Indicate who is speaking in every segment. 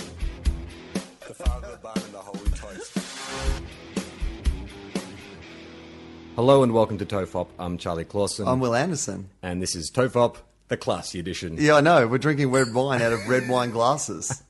Speaker 1: The Father, the Son, and the Holy Toast.
Speaker 2: Hello and welcome to Tofop. I'm Charlie Clausen,
Speaker 1: I'm Will Anderson.
Speaker 2: and this is Tofop, the classy edition.
Speaker 1: Yeah, I know. We're drinking red wine out of red wine glasses.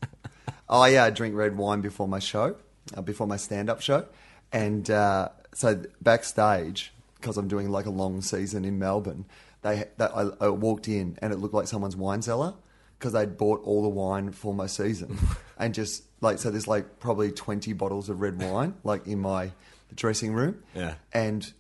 Speaker 1: Oh yeah, I drink red wine before my show, uh, before my stand-up show, and uh, so backstage because I'm doing like a long season in Melbourne. They, they I, I walked in and it looked like someone's wine cellar because they'd bought all the wine for my season and just like so. There's like probably 20 bottles of red wine like in my dressing room.
Speaker 2: Yeah.
Speaker 1: and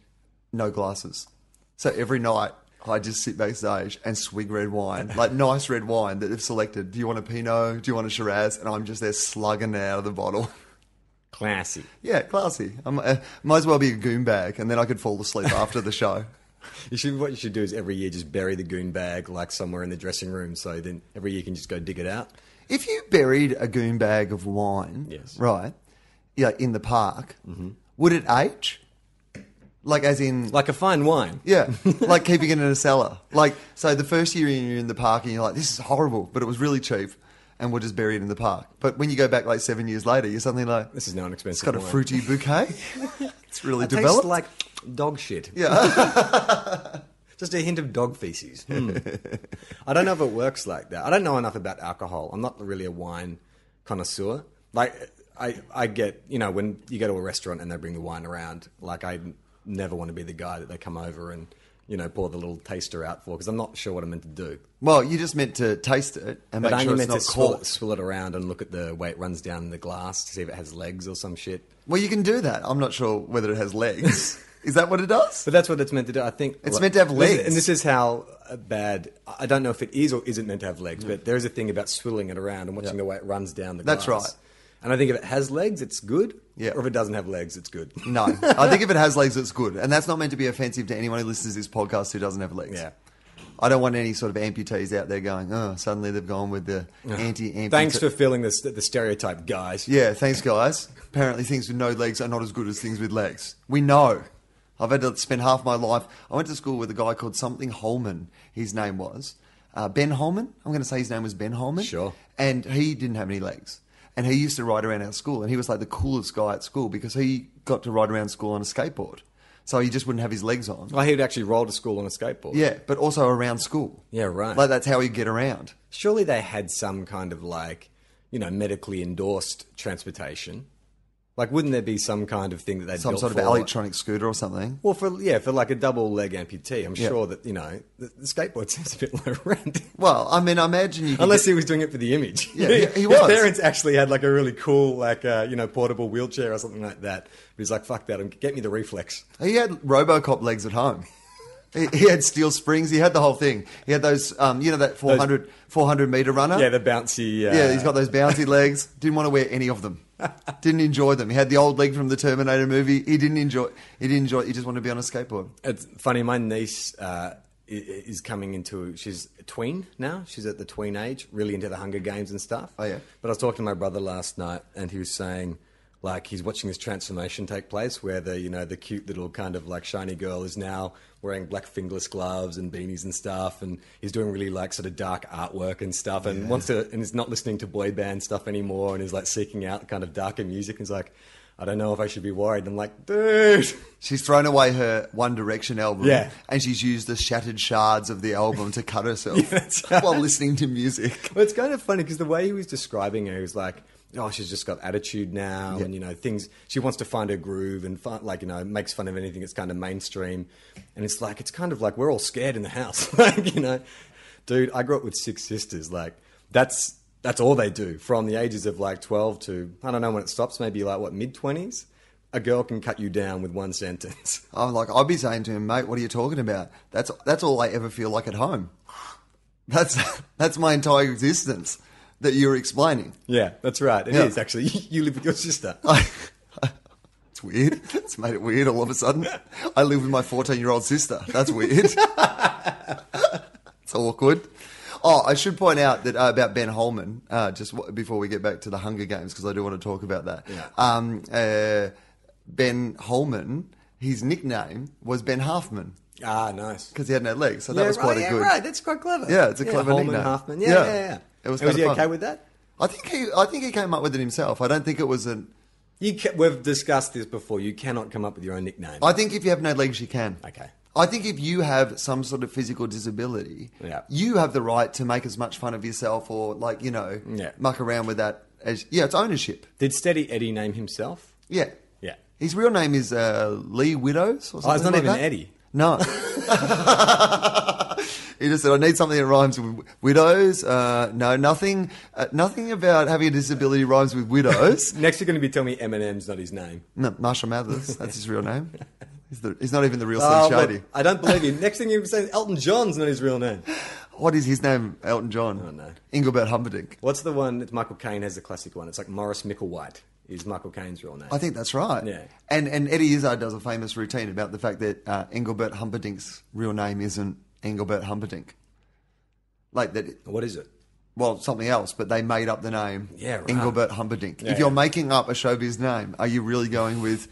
Speaker 1: no glasses. So every night I just sit backstage and swig red wine, like nice red wine that they've selected. Do you want a Pinot? Do you want a Shiraz? And I'm just there slugging it out of the bottle.
Speaker 2: Classy.
Speaker 1: yeah, classy. i uh, might as well be a goon bag, and then I could fall asleep after the show.
Speaker 2: You should what you should do is every year just bury the goon bag like somewhere in the dressing room so then every year you can just go dig it out.
Speaker 1: If you buried a goon bag of wine,
Speaker 2: Yes.
Speaker 1: right, yeah, in the park, would it age? Like, as in,
Speaker 2: Like a fine wine.
Speaker 1: Yeah, like keeping it in a cellar. Like, so the first year you're in the park and you're like, this is horrible, but it was really cheap and we'll just bury it in the park. But when you go back like seven years later, you're suddenly like,
Speaker 2: This is now an expensive
Speaker 1: it's got a
Speaker 2: wine.
Speaker 1: fruity bouquet. it's really
Speaker 2: It tastes
Speaker 1: developed.
Speaker 2: like dog shit.
Speaker 1: yeah.
Speaker 2: Just a hint of dog feces. Hmm. I don't know if it works like that. I don't know enough about alcohol. I'm not really a wine connoisseur. Like I, I get you know when you go to a restaurant and they bring the wine around. Like I never want to be the guy that they come over and you know pour the little taster out for because I'm not sure what I'm meant to do.
Speaker 1: well, you just meant to taste it and
Speaker 2: But
Speaker 1: make
Speaker 2: I
Speaker 1: sure
Speaker 2: only meant
Speaker 1: it's not
Speaker 2: to swill it,
Speaker 1: caught.
Speaker 2: swill it around and look at the way it runs down the glass to see if it has legs or some shit.
Speaker 1: Well, you can do that. I'm not sure whether it has legs. is that what it does?
Speaker 2: But that's what it's meant to do. I think
Speaker 1: It's meant to have legs.
Speaker 2: and this is how uh, bad. I I don't know if it is or isn't meant to have legs, but there is a thing about swilling it around and watching the way it runs down the.
Speaker 1: Mm. That's
Speaker 2: glass.
Speaker 1: right.
Speaker 2: And I think if it has legs, it's good.
Speaker 1: Yeah.
Speaker 2: Or if it doesn't have legs, it's good.
Speaker 1: No, I think if it has legs, it's good, and that's not meant to be offensive to anyone who listens to this podcast who doesn't have legs.
Speaker 2: Yeah.
Speaker 1: I don't want any sort of amputees out there going, oh, suddenly they've gone with the anti-amputee.
Speaker 2: Thanks for filling this the stereotype, guys.
Speaker 1: yeah, thanks guys. Apparently, things with no legs are not as good as things with legs. We know. I've had to spend half my life. I went to school with a guy called something Holman. His name was uh, Ben Holman. I'm going to say his name was Ben Holman.
Speaker 2: Sure.
Speaker 1: And he didn't have any legs. And he used to ride around our school, and he was like the coolest guy at school because he got to ride around school on a skateboard. So he just wouldn't have his legs on.
Speaker 2: Well, he'd actually roll to school on a skateboard.
Speaker 1: Yeah, but also around school.
Speaker 2: Yeah, right.
Speaker 1: Like that's how he'd get around.
Speaker 2: Surely they had some kind of like, you know, medically endorsed transportation. Like, wouldn't there be some kind of thing that they
Speaker 1: Some
Speaker 2: built
Speaker 1: sort of
Speaker 2: for-
Speaker 1: electronic scooter or something.
Speaker 2: Well, for yeah, for like a double leg amputee, I'm
Speaker 1: Yeah.
Speaker 2: sure that you know the, the skateboard seems a bit low rent.
Speaker 1: Well, I mean, I imagine you. Could
Speaker 2: Unless he was doing it for the image.
Speaker 1: Yeah, he- he
Speaker 2: His
Speaker 1: was.
Speaker 2: parents actually had like a really cool, like uh, you know, portable wheelchair or something like that. But he's like, "Fuck that! and Get me the reflex."
Speaker 1: He had RoboCop legs at home. he, he had steel springs. He had the whole thing. He had those, um, you know, that 400, 400 meter runner.
Speaker 2: Yeah, the bouncy. Uh,
Speaker 1: yeah, he's got those bouncy legs. Didn't want to wear any of them. Didn't enjoy them. He had the old leg from the Terminator movie. He didn't enjoy. He didn't enjoy. He just wanted to be on a skateboard.
Speaker 2: It's funny. My niece uh, i- is coming into. She's a tween now. She's at the tween age, really into the Hunger Games and stuff.
Speaker 1: Oh, yeah.
Speaker 2: But I was talking to my brother last night, and he was saying, like, he's watching this transformation take place, where the you know the cute little kind of like shiny girl is now wearing black fingerless gloves and beanies and stuff, and he's doing really like sort of dark artwork and stuff, and wants to, and is not listening to boy band stuff anymore, and is like seeking out kind of darker music, and is like. I don't know if I should be worried. I'm like, dude.
Speaker 1: She's thrown away her One Direction album.
Speaker 2: Yeah.
Speaker 1: and she's used the shattered shards of the album to cut herself
Speaker 2: that's right.
Speaker 1: while listening to music.
Speaker 2: Well, it's kind of funny because the way he was describing her, he was like, "Oh, she's just got attitude now, and you know, things. She wants to find her groove and fi- like you know, makes fun of anything that's kind of mainstream." And it's like it's kind of like we're all scared in the house, like you know, dude. I grew up with six sisters. Like that's that's all they do from the ages of like twelve to I don't know when it stops. Maybe like what mid twenties. a girl can cut you down with one sentence.
Speaker 1: I'm Oh, like, I'd be saying to him, mate, what are you talking about? That's that's all I ever feel like at home. That's that's my entire existence that you're explaining.
Speaker 2: Yeah, that's right. It is
Speaker 1: Yeah.
Speaker 2: actually. You live with your sister.
Speaker 1: It's weird. It's made it weird all of a sudden. I live with my 14 year old sister. That's weird. it's awkward. Oh, I should point out that uh, about Ben Holman, uh, just w- before we get back to the Hunger Games, because I do want to talk about that.
Speaker 2: Yeah.
Speaker 1: Um, uh, ben Holman, his nickname was Ben Halfman
Speaker 2: Ah, nice.
Speaker 1: because he had no legs. So that was quite
Speaker 2: right,
Speaker 1: a good.
Speaker 2: Yeah, right. That's quite clever.
Speaker 1: Yeah, it's a clever
Speaker 2: Holman,
Speaker 1: nickname.
Speaker 2: Halfman. Yeah,
Speaker 1: Yeah.
Speaker 2: yeah, yeah. yeah.
Speaker 1: It was
Speaker 2: And was
Speaker 1: kinda
Speaker 2: he
Speaker 1: fun.
Speaker 2: okay with that?
Speaker 1: I think he, I think he came up with it himself. I don't think it was an.
Speaker 2: You ca- we've discussed this before. You cannot come up with your own nickname.
Speaker 1: I think if you have no legs, you can.
Speaker 2: Okay.
Speaker 1: I think if you have some sort of physical disability,
Speaker 2: Yeah.
Speaker 1: you have the right to make as much fun of yourself or like you know
Speaker 2: Yeah.
Speaker 1: muck around with that. As yeah, it's ownership.
Speaker 2: Did Steady Eddie name himself?
Speaker 1: Yeah,
Speaker 2: Yeah.
Speaker 1: His real name is uh, Lee Widows or something.
Speaker 2: Oh, it's not
Speaker 1: like
Speaker 2: even
Speaker 1: that.
Speaker 2: Eddie.
Speaker 1: No. he just said, "I need something that rhymes with widows." Uh, no, nothing. Uh, nothing about having a disability rhymes with widows.
Speaker 2: Next, you're going to be telling me Eminem's not his name.
Speaker 1: No, Marshall Mathers. That's his real name. He's, the, he's not even the real Slim
Speaker 2: Oh,
Speaker 1: Shady.
Speaker 2: look, I don't believe you. Next thing you're saying, Elton John's not his real name.
Speaker 1: What is his name? Elton John.
Speaker 2: Oh, no.
Speaker 1: Engelbert Humperdinck.
Speaker 2: What's the one that Michael Caine has the classic one? It's like Morris Micklewhite is Michael Caine's real name.
Speaker 1: I think that's right.
Speaker 2: Yeah.
Speaker 1: And and Eddie Izzard does a famous routine about the fact that uh, Engelbert Humperdinck's real name isn't Engelbert Humperdinck. Like that,
Speaker 2: What is it?
Speaker 1: well, something else, but they made up the name
Speaker 2: Yeah, right.
Speaker 1: Engelbert Humperdinck.
Speaker 2: Yeah,
Speaker 1: if you're
Speaker 2: yeah.
Speaker 1: making up a showbiz name, are you really going with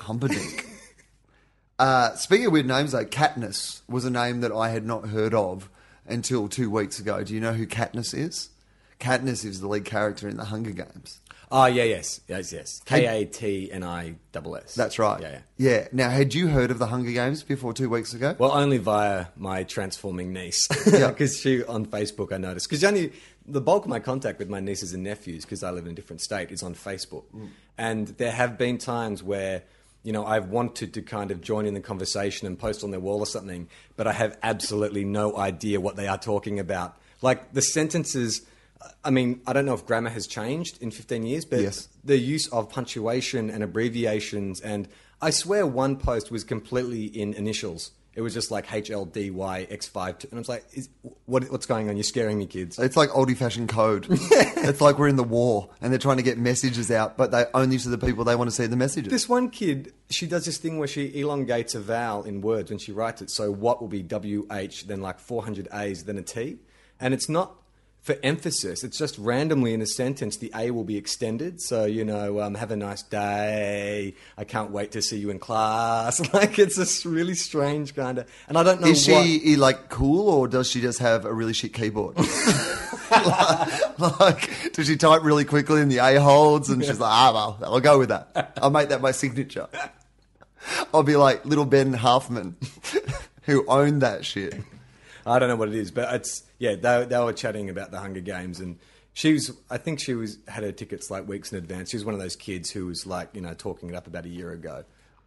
Speaker 1: Humperdinck? uh, speaking of weird names, though, Katniss was a name that I had not heard of until two weeks ago. Do you know who Katniss is? Katniss is the lead character in The Hunger Games.
Speaker 2: Oh, yeah, yes. Yes, yes. K A T N I double S.
Speaker 1: That's right.
Speaker 2: Yeah, yeah.
Speaker 1: Yeah. Now, had you heard of the Hunger Games before two weeks ago?
Speaker 2: Well, only via my transforming niece,
Speaker 1: Yeah.
Speaker 2: because she on Facebook I noticed. Because only the bulk of my contact with my nieces and nephews, because I live in a different state, is on Facebook.
Speaker 1: Mm.
Speaker 2: And there have been times where you know I've wanted to kind of join in the conversation and post on their wall or something, but I have absolutely no idea what they are talking about. Like the sentences. I mean, I don't know if grammar has changed in 15 years, but
Speaker 1: Yes.
Speaker 2: the use of punctuation and abbreviations and I swear one post was completely in initials. It was just like HLDYX5 and I was like is, what what's going on? You're scaring me kids.
Speaker 1: it's like old fashioned code. it's like we're in the war and they're trying to get messages out, but they only to the people they want to see the messages.
Speaker 2: This one kid, she does this thing where she elongates a vowel in words when she writes it. So what will be WH then like 400 A's then a T? And it's not for emphasis. It's just randomly in a sentence the A will be extended. So you know, um, have a nice day. I can't wait to see you in class. Like it's this really strange kind of. And I don't know
Speaker 1: is
Speaker 2: what.
Speaker 1: she eh, like cool or does she just have a really shit keyboard? like, like, does she type really quickly in the a holds and she's like, ah, well, I'll go with that. I'll make that my signature. I'll be like little Ben Halfman, who owned that shit.
Speaker 2: I don't know what it is, but it's yeah. They, they were chatting about the Hunger Games, and she was. I think she was had her tickets like weeks in advance. She was one of those kids who was like you know talking it up about a year ago,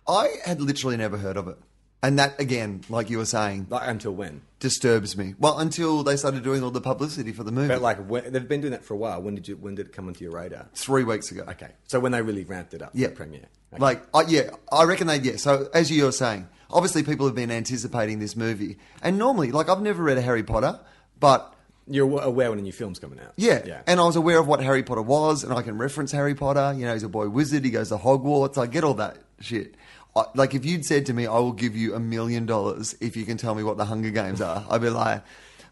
Speaker 1: I had literally never heard of it. And that, again, like you were saying,
Speaker 2: like until when?
Speaker 1: disturbs me. Well, until they started doing all the publicity for the movie.
Speaker 2: But like when, they've been doing that for a while. When did you? When did it come onto your radar?
Speaker 1: three weeks ago.
Speaker 2: Okay, so when they really ramped it up, for
Speaker 1: Yeah.
Speaker 2: the premiere. Okay.
Speaker 1: Like, I yeah, I reckon they, yeah. So, as you were saying, obviously people have been anticipating this movie. And normally, like, I've never read a Harry Potter, but
Speaker 2: you're aw- aware when a new film's coming out.
Speaker 1: yeah.
Speaker 2: yeah.
Speaker 1: And I was aware of what Harry Potter was, and I can reference Harry Potter. You know, he's a boy wizard, he goes to Hogwarts. I get all that shit. I, like, if you'd said to me, I will give you a million dollars if you can tell me what the Hunger Games are, I'd be like,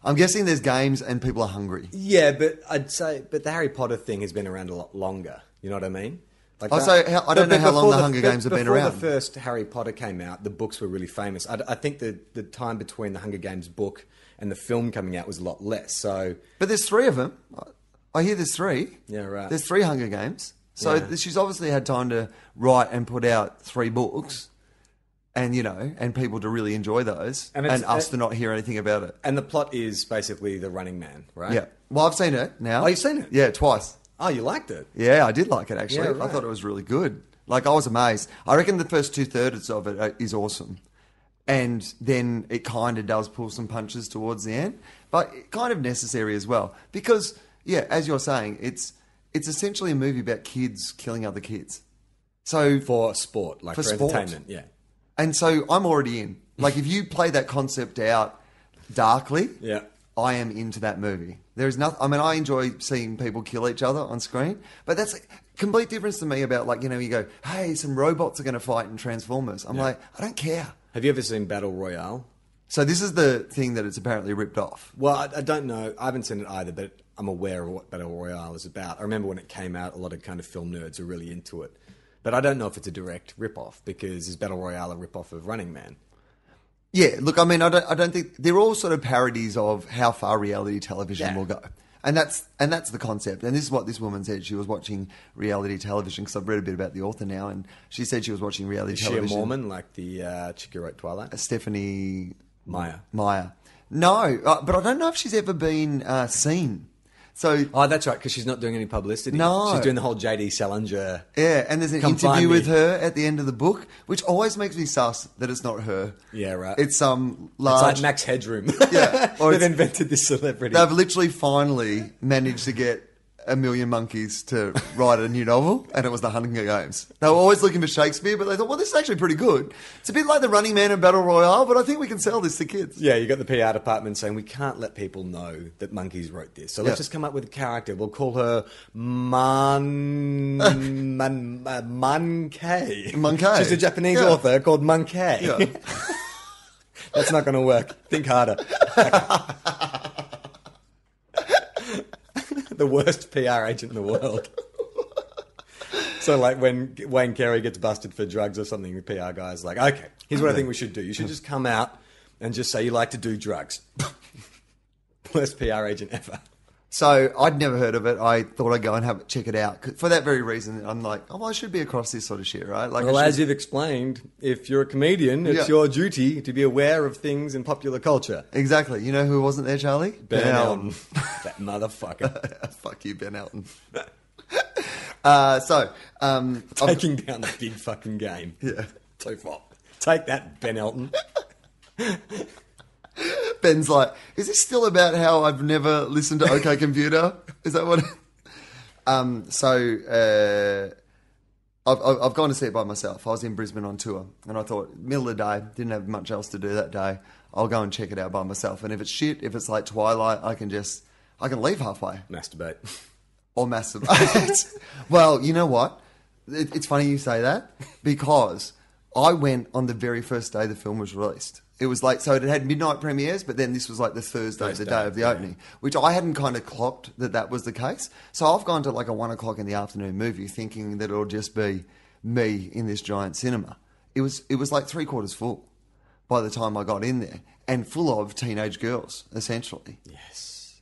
Speaker 1: I'm guessing there's games and people are hungry.
Speaker 2: yeah, but I'd say, but the Harry Potter thing has been around a lot longer. You know what I mean? Like
Speaker 1: Oh,
Speaker 2: that-
Speaker 1: so how- I don't know how long
Speaker 2: before
Speaker 1: the Hunger Games have been
Speaker 2: before
Speaker 1: around.
Speaker 2: The first Harry Potter came out, the books were really famous. I, I think the the time between the Hunger Games book and the film coming out was a lot less. So
Speaker 1: But there's three of them. I hear there's three.
Speaker 2: Yeah, right.
Speaker 1: There's three Hunger Games. So
Speaker 2: Yeah.
Speaker 1: she's obviously had time to write and put out three books, and you know, and people to really enjoy those, and,
Speaker 2: And it's-
Speaker 1: us
Speaker 2: it-
Speaker 1: to not hear anything about it.
Speaker 2: and the plot is basically the Running Man, right?
Speaker 1: Yeah. Well, I've seen it now.
Speaker 2: Oh, you've seen it?
Speaker 1: Yeah, twice.
Speaker 2: Oh, you liked it.
Speaker 1: Yeah, I did like it actually.
Speaker 2: Yeah, right.
Speaker 1: I thought it was really good. Like I was amazed. I reckon the first two thirds of it uh, is awesome, and then it kind of does pull some punches towards the end, but it kind of necessary as well because yeah, as you're saying, it's it's essentially a movie about kids killing other kids. So
Speaker 2: for sport, like
Speaker 1: For
Speaker 2: for,
Speaker 1: sport.
Speaker 2: entertainment. Yeah,
Speaker 1: and so I'm already in. Like if you play that concept out darkly,
Speaker 2: Yeah.
Speaker 1: I am into that movie. There is nothing. I mean, I enjoy seeing people kill each other on screen, but that's a complete difference to me. About like you know, you go, hey, some robots are going to fight in Transformers. I'm like, I don't care.
Speaker 2: Have you ever seen Battle Royale?
Speaker 1: So this is the thing that it's apparently ripped off.
Speaker 2: Well, I, I don't know. I haven't seen it either, but I'm aware of what Battle Royale is about. I remember when it came out, a lot of kind of film nerds were really into it. But I don't know if it's a direct rip-off because is Battle Royale a rip-off of Running Man?
Speaker 1: Yeah, look, I mean, I don't, I don't think they're all sort of parodies of how far reality television
Speaker 2: Yeah.
Speaker 1: will go. And that's and that's the concept. And this is what this woman said. She was watching reality television because I've read a bit about the author now, and she said she was watching reality
Speaker 2: Is she a
Speaker 1: television.
Speaker 2: Mormon like the uh, chick who wrote Twilight?
Speaker 1: Stephanie
Speaker 2: Maya.
Speaker 1: Meyer. No, uh, but I don't know if she's ever been uh, seen. So
Speaker 2: Oh, that's right, because she's not doing any publicity.
Speaker 1: No.
Speaker 2: She's doing the whole J.D. Salinger.
Speaker 1: yeah, and there's an
Speaker 2: Come
Speaker 1: interview
Speaker 2: find me.
Speaker 1: with her at the end of the book, which always makes me sus that it's not her.
Speaker 2: Yeah, right.
Speaker 1: It's some
Speaker 2: It's
Speaker 1: large.
Speaker 2: like Max Headroom.
Speaker 1: Yeah, or
Speaker 2: They've
Speaker 1: it's-
Speaker 2: invented this celebrity.
Speaker 1: They've literally finally managed to get a million monkeys to write a new novel, and it was the Hunger Games. They were always looking for Shakespeare, but they thought, well, this is actually pretty good. It's a bit like the Running Man and Battle Royale, but I think we can sell this to kids.
Speaker 2: Yeah, you got the PR department saying we can't let people know that monkeys wrote this. So let's
Speaker 1: Yeah.
Speaker 2: just come up with a character. We'll call her Man Man uh, Monkey.
Speaker 1: Monkey.
Speaker 2: She's a Japanese
Speaker 1: Yeah.
Speaker 2: author called Monkey.
Speaker 1: Yeah.
Speaker 2: That's not going to work. Think harder. the worst PR agent in the world. So, like when Wayne Carey gets busted for drugs or something, the PR guy's like, okay, here's what I think we should do. You should just come out and just say you like to do drugs. Worst PR agent ever.
Speaker 1: So I'd never heard of it. I thought I'd go and have it, check it out 'Cause for that very reason. I'm like, oh, I should be across this sort of shit, right? Like, I
Speaker 2: Well, as
Speaker 1: should-
Speaker 2: you've explained, if you're a comedian, it's
Speaker 1: Yeah.
Speaker 2: your duty to be aware of things in popular culture.
Speaker 1: exactly. You know who wasn't there, Charlie?
Speaker 2: Ben Elton. that motherfucker.
Speaker 1: Fuck you, Ben Elton. uh, so um, I've-
Speaker 2: Taking down the big fucking game. Yeah. Too far. Take that, Ben Elton.
Speaker 1: Ben's like, is this still about how I've never listened to OK Computer? Is that what? um, so uh, I've, I've I've gone to see it by myself. I was in Brisbane on tour, and I thought middle of the day, didn't have much else to do that day. I'll go and check it out by myself. And if it's shit, if it's like Twilight, I can just I can leave halfway
Speaker 2: Masturbate.
Speaker 1: or masturbate. well, you know what? It, it's funny you say that because I went on the very first day the film was released. It was like, so it had midnight premieres, but then this was like the Thursday, the day
Speaker 2: Thursday,
Speaker 1: of the
Speaker 2: yeah.
Speaker 1: opening, which I hadn't kind of clocked that that was the case. So I've gone to like a one o'clock in the afternoon movie thinking that it'll just be me in this giant cinema. It was, it was like three quarters full by the time I got in there and full of teenage girls, essentially.
Speaker 2: Yes.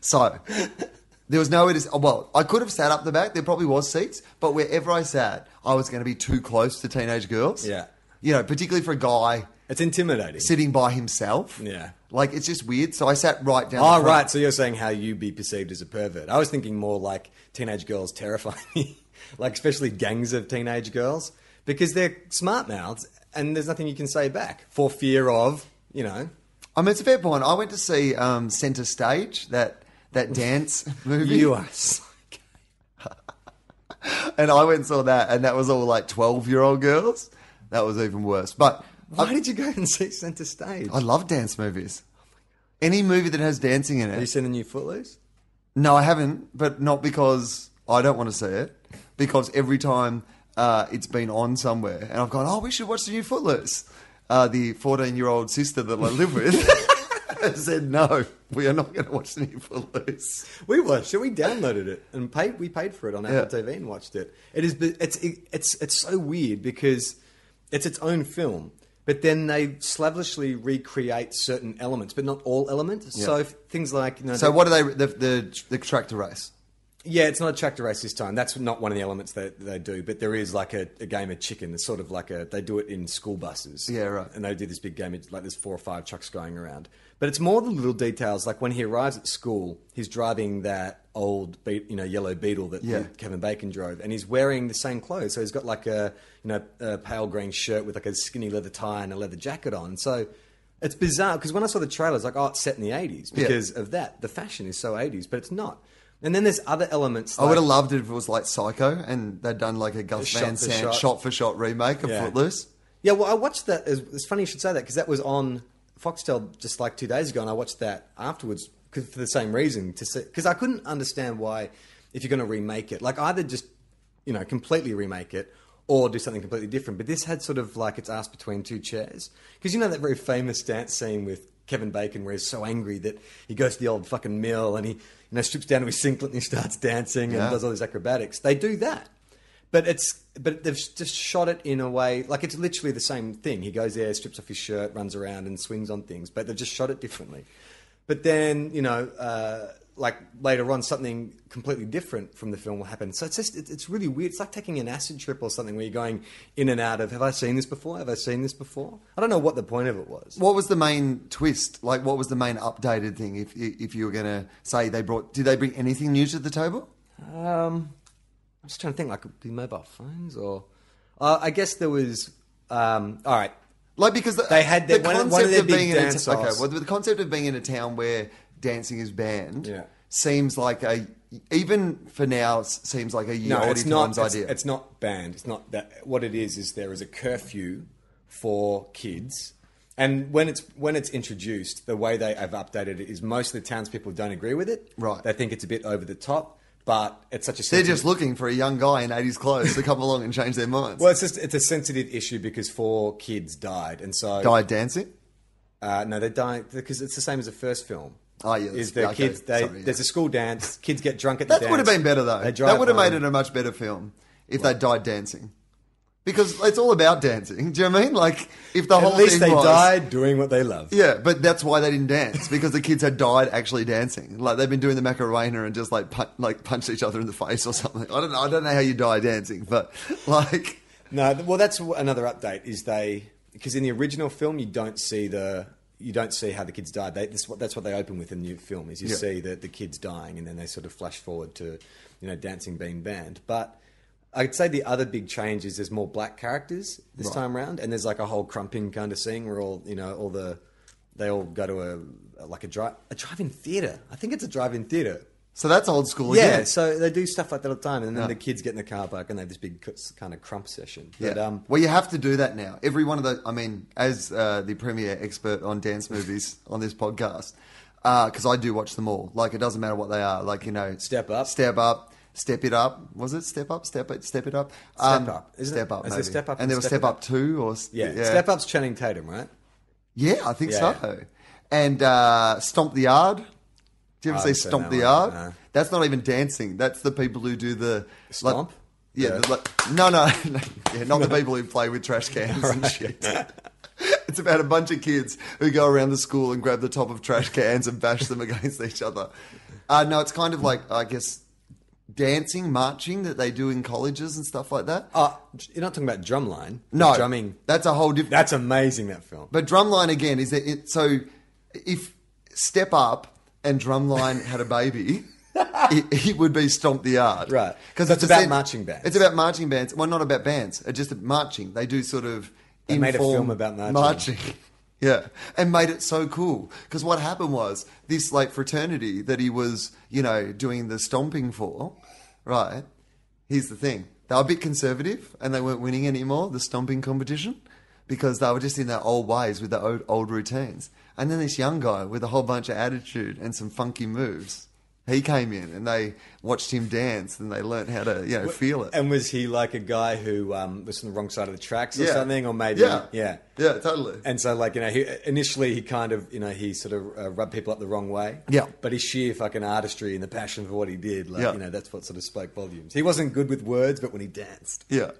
Speaker 1: So there was nowhere to. s- Well, I could have sat up the back. There probably was seats, but wherever I sat, I was going to be too close to teenage girls.
Speaker 2: Yeah.
Speaker 1: you know, particularly for a guy
Speaker 2: It's intimidating.
Speaker 1: sitting by himself.
Speaker 2: Yeah.
Speaker 1: like it's just weird. So I sat right down.
Speaker 2: Oh,
Speaker 1: the front.
Speaker 2: right. So you're saying how you be perceived as a pervert. I was thinking more like teenage girls terrify me, like especially gangs of teenage girls, because they're smart mouths and there's nothing you can say back for fear of, you know.
Speaker 1: I mean, it's a fair point. I went to see um, Center Stage that that dance movie.
Speaker 2: You are. so-
Speaker 1: and I went and saw that, and that was all like twelve year old girls. That was even worse. But I,
Speaker 2: Why did you go and see Centre Stage?
Speaker 1: I love dance movies. Any movie that has dancing in it.
Speaker 2: Have you seen the new Footloose?
Speaker 1: No, I haven't, but not because I don't want to see it. Because every time uh, it's been on somewhere, and I've gone, oh, we should watch the new Footloose. Uh, the 14 year old sister that I live with has said, no, we are not going to watch the new Footloose.
Speaker 2: We watched it. We downloaded it and paid. We paid for it on Apple
Speaker 1: Yeah.
Speaker 2: TV and watched it. It is. It's. It's. It's so weird because it's its own film, but then they slavishly recreate certain elements, but not all elements. So if things like you know.
Speaker 1: So,
Speaker 2: the-
Speaker 1: what are they, the, the, the tractor race?
Speaker 2: Yeah, it's not a tractor race this time. That's not one of the elements that they do. But there is like a, a game of chicken. It's sort of like a they do it in school buses.
Speaker 1: Yeah, right.
Speaker 2: And they do this big game. It's like there's four or five trucks going around. But it's more the little details. Like when he arrives at school, he's driving that old, be- you know, yellow beetle that
Speaker 1: Yeah.
Speaker 2: Kevin Bacon drove, and he's wearing the same clothes. So he's got like a you know a pale green shirt with like a skinny leather tie and a leather jacket on. So it's bizarre because when I saw the trailer, it's like oh, it's set in the eighties
Speaker 1: Yeah.
Speaker 2: because of that. The fashion is so eighties, but it's not. And then there's other elements.
Speaker 1: I would
Speaker 2: like-
Speaker 1: have loved it if it was like Psycho and they'd done like a Gus
Speaker 2: Shot
Speaker 1: Van
Speaker 2: for
Speaker 1: Sant
Speaker 2: shot.
Speaker 1: shot for shot remake of
Speaker 2: Yeah.
Speaker 1: Footloose.
Speaker 2: Yeah, well, I watched that. It's it's funny you should say that because that was on Foxtel just like two days ago, and I watched that afterwards 'cause- for the same reason. To because I couldn't understand why, if you're going to remake it, like either just you know completely remake it or do something completely different. But this had sort of like its ass between two chairs because you know that very famous dance scene with Kevin Bacon where he's so angry that he goes to the old fucking mill and he you know strips down to his singlet and he starts dancing
Speaker 1: Yeah.
Speaker 2: and does all these acrobatics. They do that. But it's but they've just shot it in a way like it's literally the same thing. He goes there, strips off his shirt, runs around, and swings on things. But they've just shot it differently. But then you know, uh, like later on, something completely different from the film will happen. So it's just it's, it's really weird. It's like taking an acid trip or something where you're going in and out of. Have I seen this before? Have I seen this before? I don't know what the point of it was.
Speaker 1: What was the main twist? Like, what was the main updated thing? If if you were going to say they brought, did they bring anything new to the table?
Speaker 2: Um, I'm just trying to think. Like the mobile phones, or uh, I guess there was. Um, all right.
Speaker 1: Like because the,
Speaker 2: They had
Speaker 1: the
Speaker 2: their- one of- one of their big
Speaker 1: being in a
Speaker 2: dance
Speaker 1: t- okay,
Speaker 2: offs.
Speaker 1: well, the concept of being in a town where dancing is banned
Speaker 2: Yeah.
Speaker 1: seems like a even for now s- seems like a year
Speaker 2: no,
Speaker 1: old
Speaker 2: it's not.
Speaker 1: times
Speaker 2: It's,
Speaker 1: idea.
Speaker 2: it's not banned. It's not that. What it is is there is a curfew for kids, and when it's when it's introduced, the way they have updated it is most of the townspeople don't agree with it.
Speaker 1: Right.
Speaker 2: They think it's a bit over the top, but it's such a.
Speaker 1: They're
Speaker 2: sensitive-
Speaker 1: just looking for a young guy in 80s clothes to come along and change their minds.
Speaker 2: Well, it's just it's a sensitive issue because four kids died, and so
Speaker 1: Guy dancing?
Speaker 2: Uh, no, they die because it's the same as the first film.
Speaker 1: Oh, yeah, that's-
Speaker 2: is the
Speaker 1: okay,
Speaker 2: kids? They,
Speaker 1: sorry, yeah.
Speaker 2: There's a school dance. Kids get drunk at the
Speaker 1: That
Speaker 2: dance.
Speaker 1: would have been better though.
Speaker 2: They drive
Speaker 1: That would have made
Speaker 2: home.
Speaker 1: it a much better film if they died dancing, because it's all about dancing. Do you know what I mean? Like if the whole
Speaker 2: At least
Speaker 1: thing
Speaker 2: they
Speaker 1: was,
Speaker 2: died doing what they love.
Speaker 1: Yeah, but that's why they didn't dance because the kids had died actually dancing. Like they've been doing the Macarena and just like pun- like punched each other in the face or something. I don't know. I don't know how you die dancing, but like
Speaker 2: No, th- well, that's w- another update. Is they because in the original film you don't see the you don't see how the kids died. They, this, what- that's what they open with in the new film is you
Speaker 1: Yeah.
Speaker 2: see the the kids dying and then they sort of flash forward to you know dancing being banned. But I'd say the other big change is there's more black characters this
Speaker 1: Right.
Speaker 2: time round, and there's like a whole crumping kind of scene where all you know all the they all go to a like a drive a drive-in theater. I think it's a drive-in theater.
Speaker 1: so that's old school.
Speaker 2: Yeah,
Speaker 1: again.
Speaker 2: so they do stuff like that all the time, and then
Speaker 1: Yeah.
Speaker 2: the kids get in the car park and they have this big c- kind of crump session.
Speaker 1: Yeah.
Speaker 2: But, um,
Speaker 1: well, you have to do that now. Every one of the, I mean, as uh, the premier expert on dance movies on this podcast, because I do watch them all. Like, it doesn't matter what they are. Like, you know,
Speaker 2: Step Up.
Speaker 1: step up, step it up. Was it step up, step it, step it up? Um,
Speaker 2: Up, isn't it?
Speaker 1: step up,
Speaker 2: Is it
Speaker 1: maybe.
Speaker 2: Step Up
Speaker 1: and
Speaker 2: and
Speaker 1: there was
Speaker 2: Step It
Speaker 1: step up
Speaker 2: Up?
Speaker 1: two or s-
Speaker 2: Yeah. Step Up's Channing Tatum, right?
Speaker 1: Yeah, I think
Speaker 2: Yeah,
Speaker 1: so. And uh, stomp the yard. Do you
Speaker 2: I
Speaker 1: ever see
Speaker 2: haven't seen
Speaker 1: stomp
Speaker 2: that
Speaker 1: the
Speaker 2: one,
Speaker 1: yard?
Speaker 2: no.
Speaker 1: That's not even dancing. That's the people who do the
Speaker 2: Stomp?
Speaker 1: like- yeah,
Speaker 2: Yeah.
Speaker 1: the, like, no, no, no. yeah, not the people who play with trash cans and shit. It's about a bunch of kids who go around the school and grab the top of trash cans and bash them against each other. Uh, no, it's kind of like I guess dancing, marching that they do in colleges and stuff like that.
Speaker 2: Uh, you're not talking about drumline.
Speaker 1: no,
Speaker 2: Drumming.
Speaker 1: That's a whole different.
Speaker 2: That's amazing, that film.
Speaker 1: But drumline again is that it, so if Step Up and Drumline had a baby, it, it would be Stomp the Yard,
Speaker 2: Right. So it's
Speaker 1: a
Speaker 2: about
Speaker 1: sen-
Speaker 2: marching bands.
Speaker 1: It's about marching bands. Well, not about bands. It's just marching. They do sort of.
Speaker 2: They made a
Speaker 1: inform
Speaker 2: film about marching.
Speaker 1: Yeah, and made it so cool because what happened was this like fraternity that he was, you know, doing the stomping for, right? Here's the thing. They were a bit conservative and they weren't winning anymore, the stomping competition, because they were just in their old ways with their old, old routines. And then this young guy with a whole bunch of attitude and some funky moves, he came in and they watched him dance and they learnt how to, you know, feel it.
Speaker 2: And was he like a guy who um, was on the wrong side of the tracks or something, or maybe
Speaker 1: Yeah.
Speaker 2: yeah.
Speaker 1: Yeah, totally.
Speaker 2: And so, like you know, he, initially he kind of you know he sort of uh, rubbed people up the wrong way.
Speaker 1: Yeah.
Speaker 2: But his sheer fucking artistry and the passion for what he did, like
Speaker 1: Yeah.
Speaker 2: you know, that's what sort of spoke volumes. He wasn't good with words, but when he danced,
Speaker 1: Yeah.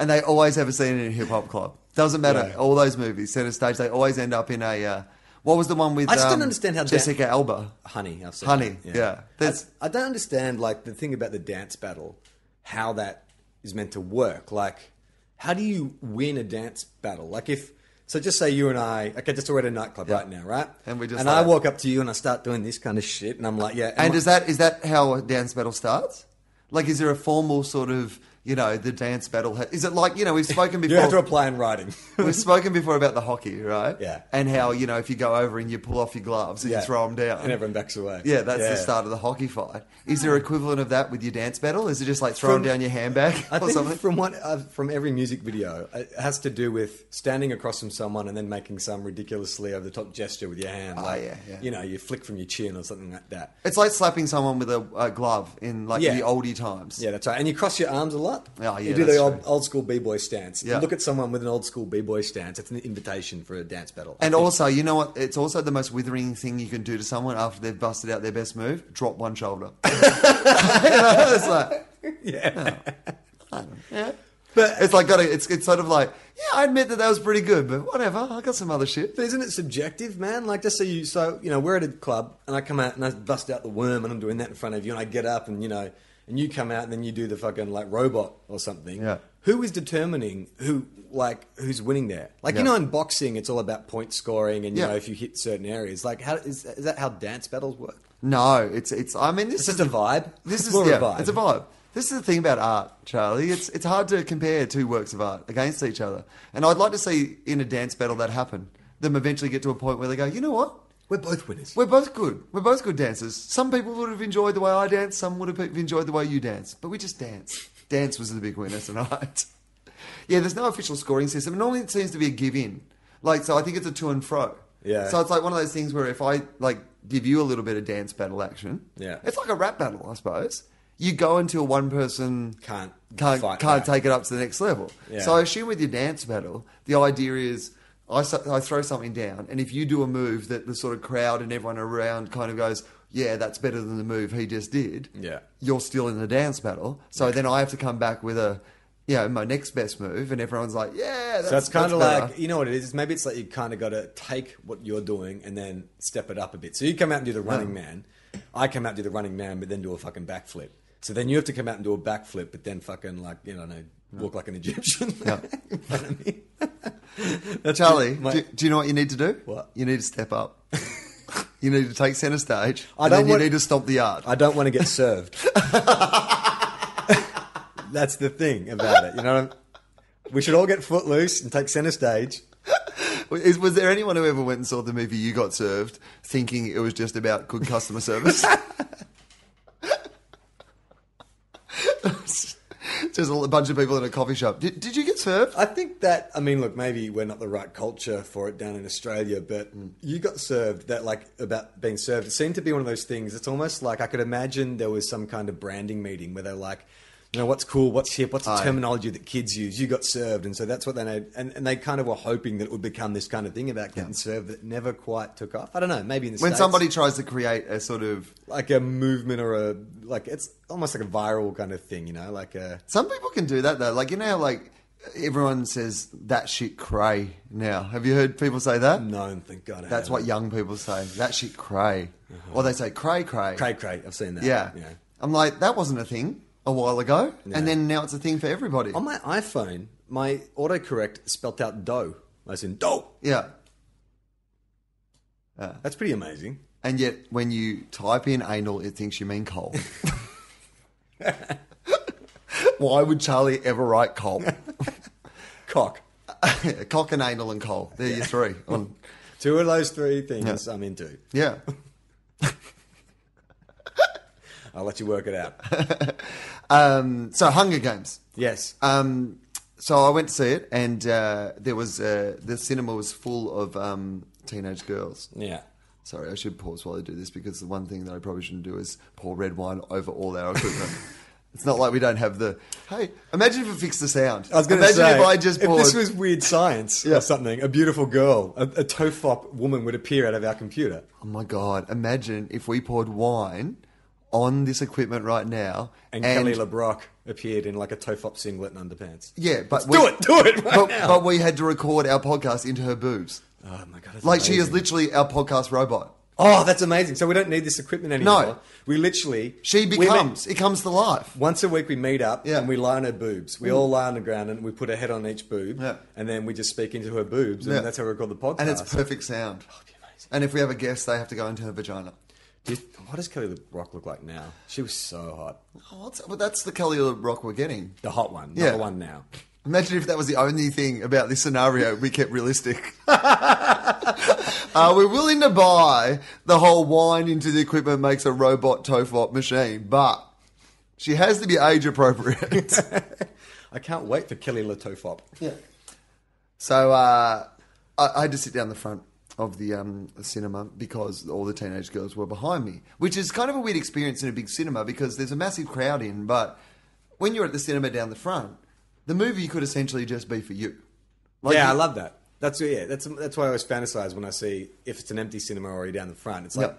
Speaker 1: And they always have a scene in a hip hop club. Doesn't matter.
Speaker 2: Yeah.
Speaker 1: All those movies, center stage, they always end up in a. Uh, what was the one with
Speaker 2: I just don't
Speaker 1: um,
Speaker 2: understand how that-
Speaker 1: Jessica Alba?
Speaker 2: honey, I've seen
Speaker 1: Honey,
Speaker 2: that,
Speaker 1: yeah. That's-
Speaker 2: I, I don't understand like the thing about the dance battle, how that is meant to work. Like, how do you win a dance battle? Like, if so, just say you and I, okay, just we're at a nightclub right now, right?
Speaker 1: And we just
Speaker 2: and
Speaker 1: like-
Speaker 2: I walk up to you and I start doing this kind of shit, and I'm like, yeah,
Speaker 1: And
Speaker 2: my-
Speaker 1: is that is that how a dance battle starts? Like, is there a formal sort of you know, the dance battle. Ha- is it like, you know, we've spoken
Speaker 2: You have to
Speaker 1: before.
Speaker 2: apply in writing.
Speaker 1: We've spoken before about the hockey, right?
Speaker 2: Yeah.
Speaker 1: And how, you know, if you go over and you pull off your gloves and
Speaker 2: Yeah.
Speaker 1: you throw them down.
Speaker 2: And everyone backs away.
Speaker 1: Yeah, that's the start of the hockey fight. Is there equivalent of that with your dance battle? Is it just like throwing
Speaker 2: From-
Speaker 1: down your handbag
Speaker 2: I
Speaker 1: or
Speaker 2: think
Speaker 1: something?
Speaker 2: from what uh, from every music video, it has to do with standing across from someone and then making some ridiculously over the top gesture with your hand.
Speaker 1: Ah,
Speaker 2: like,
Speaker 1: yeah, yeah.
Speaker 2: You know, you flick from your chin or something like that.
Speaker 1: It's like slapping someone with a, a glove in like
Speaker 2: Yeah.
Speaker 1: the oldie times.
Speaker 2: Yeah, that's right. And you cross your arms a lot.
Speaker 1: Ah, yeah,
Speaker 2: you do the
Speaker 1: that's
Speaker 2: old,
Speaker 1: true.
Speaker 2: old school b boy stance. You
Speaker 1: Yeah.
Speaker 2: look at someone with an old school b boy stance. It's an invitation for a dance battle.
Speaker 1: And
Speaker 2: I think-
Speaker 1: also, you know what? It's also the most withering thing you can do to someone after they've busted out their best move: drop one shoulder. You know, it's like,
Speaker 2: yeah,
Speaker 1: it's like got it's it's sort of like, yeah, I admit that that was pretty good, but whatever. I got some other shit.
Speaker 2: But isn't it subjective, man? Like, just so you, so you know, we're at a club, and I come out and I bust out the worm, and I'm doing that in front of you, and I get up, and you know, and you come out, and then you do the fucking like robot or something.
Speaker 1: Yeah.
Speaker 2: Who is determining who, like, who's winning there? Like, you
Speaker 1: Yeah.
Speaker 2: know, in boxing, it's all about point scoring, and you
Speaker 1: Yeah.
Speaker 2: know, if you hit certain areas, like, how is, is that how dance battles work?
Speaker 1: No, it's it's. I mean, this
Speaker 2: It's
Speaker 1: is
Speaker 2: just a vibe.
Speaker 1: This is
Speaker 2: more
Speaker 1: yeah,
Speaker 2: a vibe.
Speaker 1: It's a vibe. This is the thing about art, Charlie. It's it's hard to compare two works of art against each other. And I'd like to see in a dance battle that happen. Them eventually get to a point where they go, you know what?
Speaker 2: We're both winners.
Speaker 1: We're both good. We're both good dancers. Some people would have enjoyed the way I danced. Some would have enjoyed the way you danced. But we just danced. Dance was the big winner tonight. yeah, there's no official scoring system. Normally, it seems to be a give-in. Like, so I think it's a to and fro.
Speaker 2: Yeah.
Speaker 1: So it's like one of those things where if I like give you a little bit of dance battle action,
Speaker 2: Yeah.
Speaker 1: it's like a rap battle, I suppose. You go until one person
Speaker 2: Can't
Speaker 1: can't
Speaker 2: fight
Speaker 1: can't
Speaker 2: back.
Speaker 1: take it up to the next level.
Speaker 2: Yeah.
Speaker 1: So I assume with your dance battle, the idea is I, s- I throw something down, and if you do a move that the sort of crowd and everyone around kind of goes, yeah, that's better than the move he just did.
Speaker 2: Yeah.
Speaker 1: you're still in the dance battle. So then I have to come back with a, you know, my next best move, and everyone's like, yeah, that's,
Speaker 2: So it's kind of
Speaker 1: that's
Speaker 2: like
Speaker 1: better."
Speaker 2: you know what it is. Maybe it's like you kind of got to take what you're doing and then step it up a bit. So you come out and do the running man. I come out and do the running man, but then do a fucking backflip. So then you have to come out and do a backflip, but then fucking like you know, no, walk like an Egyptian. You know what I mean? That's
Speaker 1: Charlie,
Speaker 2: my-
Speaker 1: do, do you know what you need to do?
Speaker 2: What?
Speaker 1: you need to step up. you need to take center stage,
Speaker 2: I don't
Speaker 1: and then you
Speaker 2: want-
Speaker 1: need to stop the art.
Speaker 2: I don't want to get served. That's the thing about it. You know, what I'm, we should all get footloose and take center stage.
Speaker 1: Is, was there anyone who ever went and saw the movie You Got Served thinking it was just about good customer service? just a bunch of people in a coffee shop. Did, did you get served?
Speaker 2: I think that I mean, look, maybe we're not the right culture for it down in Australia, but you got served that like about being served. It seemed to be one of those things. It's almost like I could imagine there was some kind of branding meeting where they're like, you know, what's cool, what's hip, what's the
Speaker 1: Aye.
Speaker 2: terminology that kids use. You got served, and so that's what they know. And, and they kind of were hoping that it would become this kind of thing about getting served that never quite took off. I don't know. Maybe in the
Speaker 1: When
Speaker 2: States,
Speaker 1: somebody tries to create a sort of.
Speaker 2: like a movement or a like, it's almost like a viral kind of thing, you know, like a.
Speaker 1: Some people can do that though. Like, you know, how, like everyone says that shit cray now. Have you heard people say that?
Speaker 2: No, and thank God. I
Speaker 1: That's
Speaker 2: haven't.
Speaker 1: what young people say. That shit cray. Or they say cray cray.
Speaker 2: Uh-huh. Cray cray. I've seen that.
Speaker 1: Yeah.
Speaker 2: Yeah.
Speaker 1: I'm like, that wasn't a thing a while ago.
Speaker 2: Yeah.
Speaker 1: And then now it's a thing for everybody.
Speaker 2: On my iPhone, my autocorrect spelt out dough, as in dough.
Speaker 1: yeah.
Speaker 2: That's pretty amazing.
Speaker 1: And yet, when you type in anal, it thinks you mean coal. Why would Charlie ever write coal?
Speaker 2: Cock.
Speaker 1: Cock and anal and coal. There are your three. On,
Speaker 2: Two of those three things I'm into.
Speaker 1: yeah.
Speaker 2: I'll let you work it out.
Speaker 1: Um, so, Hunger Games.
Speaker 2: yes.
Speaker 1: Um, so I went to see it, and uh, there was uh, the cinema was full of um, teenage girls.
Speaker 2: yeah.
Speaker 1: Sorry, I should pause while I do this because the one thing that I probably shouldn't do is pour red wine over all our equipment. it's not like we don't have the. Hey, imagine if it fixed the sound.
Speaker 2: I was going to
Speaker 1: imagine
Speaker 2: say,
Speaker 1: if I just poured.
Speaker 2: this was weird science
Speaker 1: Yeah.
Speaker 2: or something, a beautiful girl, a, a tofop woman would appear out of our computer.
Speaker 1: oh my god! Imagine if we poured wine on this equipment right now
Speaker 2: And, Kelly LeBrock appeared in like a tofop singlet and underpants.
Speaker 1: Yeah, but
Speaker 2: do it, do it right
Speaker 1: but,
Speaker 2: now.
Speaker 1: but we had to record our podcast into her boobs.
Speaker 2: Oh my god! that's
Speaker 1: Like she is
Speaker 2: amazing.
Speaker 1: literally our podcast robot.
Speaker 2: Oh, that's amazing. So we don't need this equipment anymore.
Speaker 1: No.
Speaker 2: We literally
Speaker 1: She
Speaker 2: we met-
Speaker 1: becomes. it comes to life.
Speaker 2: Once a week, we meet up
Speaker 1: Yeah. Mm.
Speaker 2: and we lie on her boobs. We all lie on the ground and we put a head on each boob,
Speaker 1: Yeah.
Speaker 2: and then we just speak into her boobs, and
Speaker 1: Yeah.
Speaker 2: that's how we record the podcast.
Speaker 1: And it's perfect sound.
Speaker 2: It'd be amazing.
Speaker 1: And if we have a guest, they have to go into her vagina.
Speaker 2: Do you, what does Kelly Rock look like now? She was so hot.
Speaker 1: Oh, what's, but that's the Kelly Rock we're getting.
Speaker 2: The hot one, not
Speaker 1: Yeah.
Speaker 2: the one now.
Speaker 1: Imagine if that was the only thing about this scenario we kept realistic. uh, we're willing to buy the whole wine into the equipment makes a robot tofop machine, but she has to be age appropriate.
Speaker 2: I can't wait for Kelly Latofop.
Speaker 1: yeah. So uh, I, I had to sit down the front of the um, cinema because all the teenage girls were behind me, which is kind of a weird experience in a big cinema because there's a massive crowd in, but when you're at the cinema down the front, the movie could essentially just be for you. Like
Speaker 2: yeah,
Speaker 1: you-
Speaker 2: I love that. That's yeah. That's that's why I always fantasize when I see if it's an empty cinema or you're down the front. It's like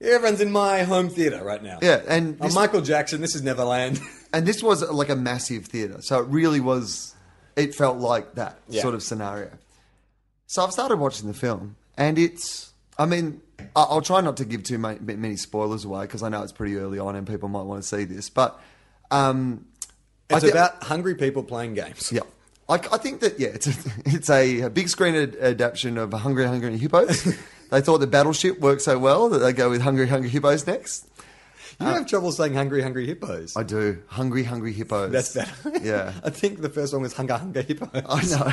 Speaker 2: yeah, everyone's in my home theater right now.
Speaker 1: Yeah, and
Speaker 2: I'm
Speaker 1: this-
Speaker 2: Michael Jackson. This is Neverland.
Speaker 1: And this was uh, like a massive theatre. So it really was, it felt like that
Speaker 2: Yeah.
Speaker 1: sort of scenario. So I've started watching the film, and it's, I mean, I- I'll try not to give too ma- many spoilers away because I know it's pretty early on and people might want to see this. But um, I
Speaker 2: It's
Speaker 1: thi-
Speaker 2: about hungry people playing games.
Speaker 1: yeah. I, I think that, yeah, it's a, it's a, a big screen ad- adaptation of Hungry Hungry Hippos. they thought the Battleship worked so well that they go with Hungry Hungry Hippos next.
Speaker 2: You have trouble saying hungry, hungry hippos.
Speaker 1: I do. Hungry Hungry Hippos.
Speaker 2: That's better.
Speaker 1: Yeah.
Speaker 2: I think the first one was hunger, hunger hippos.
Speaker 1: I know.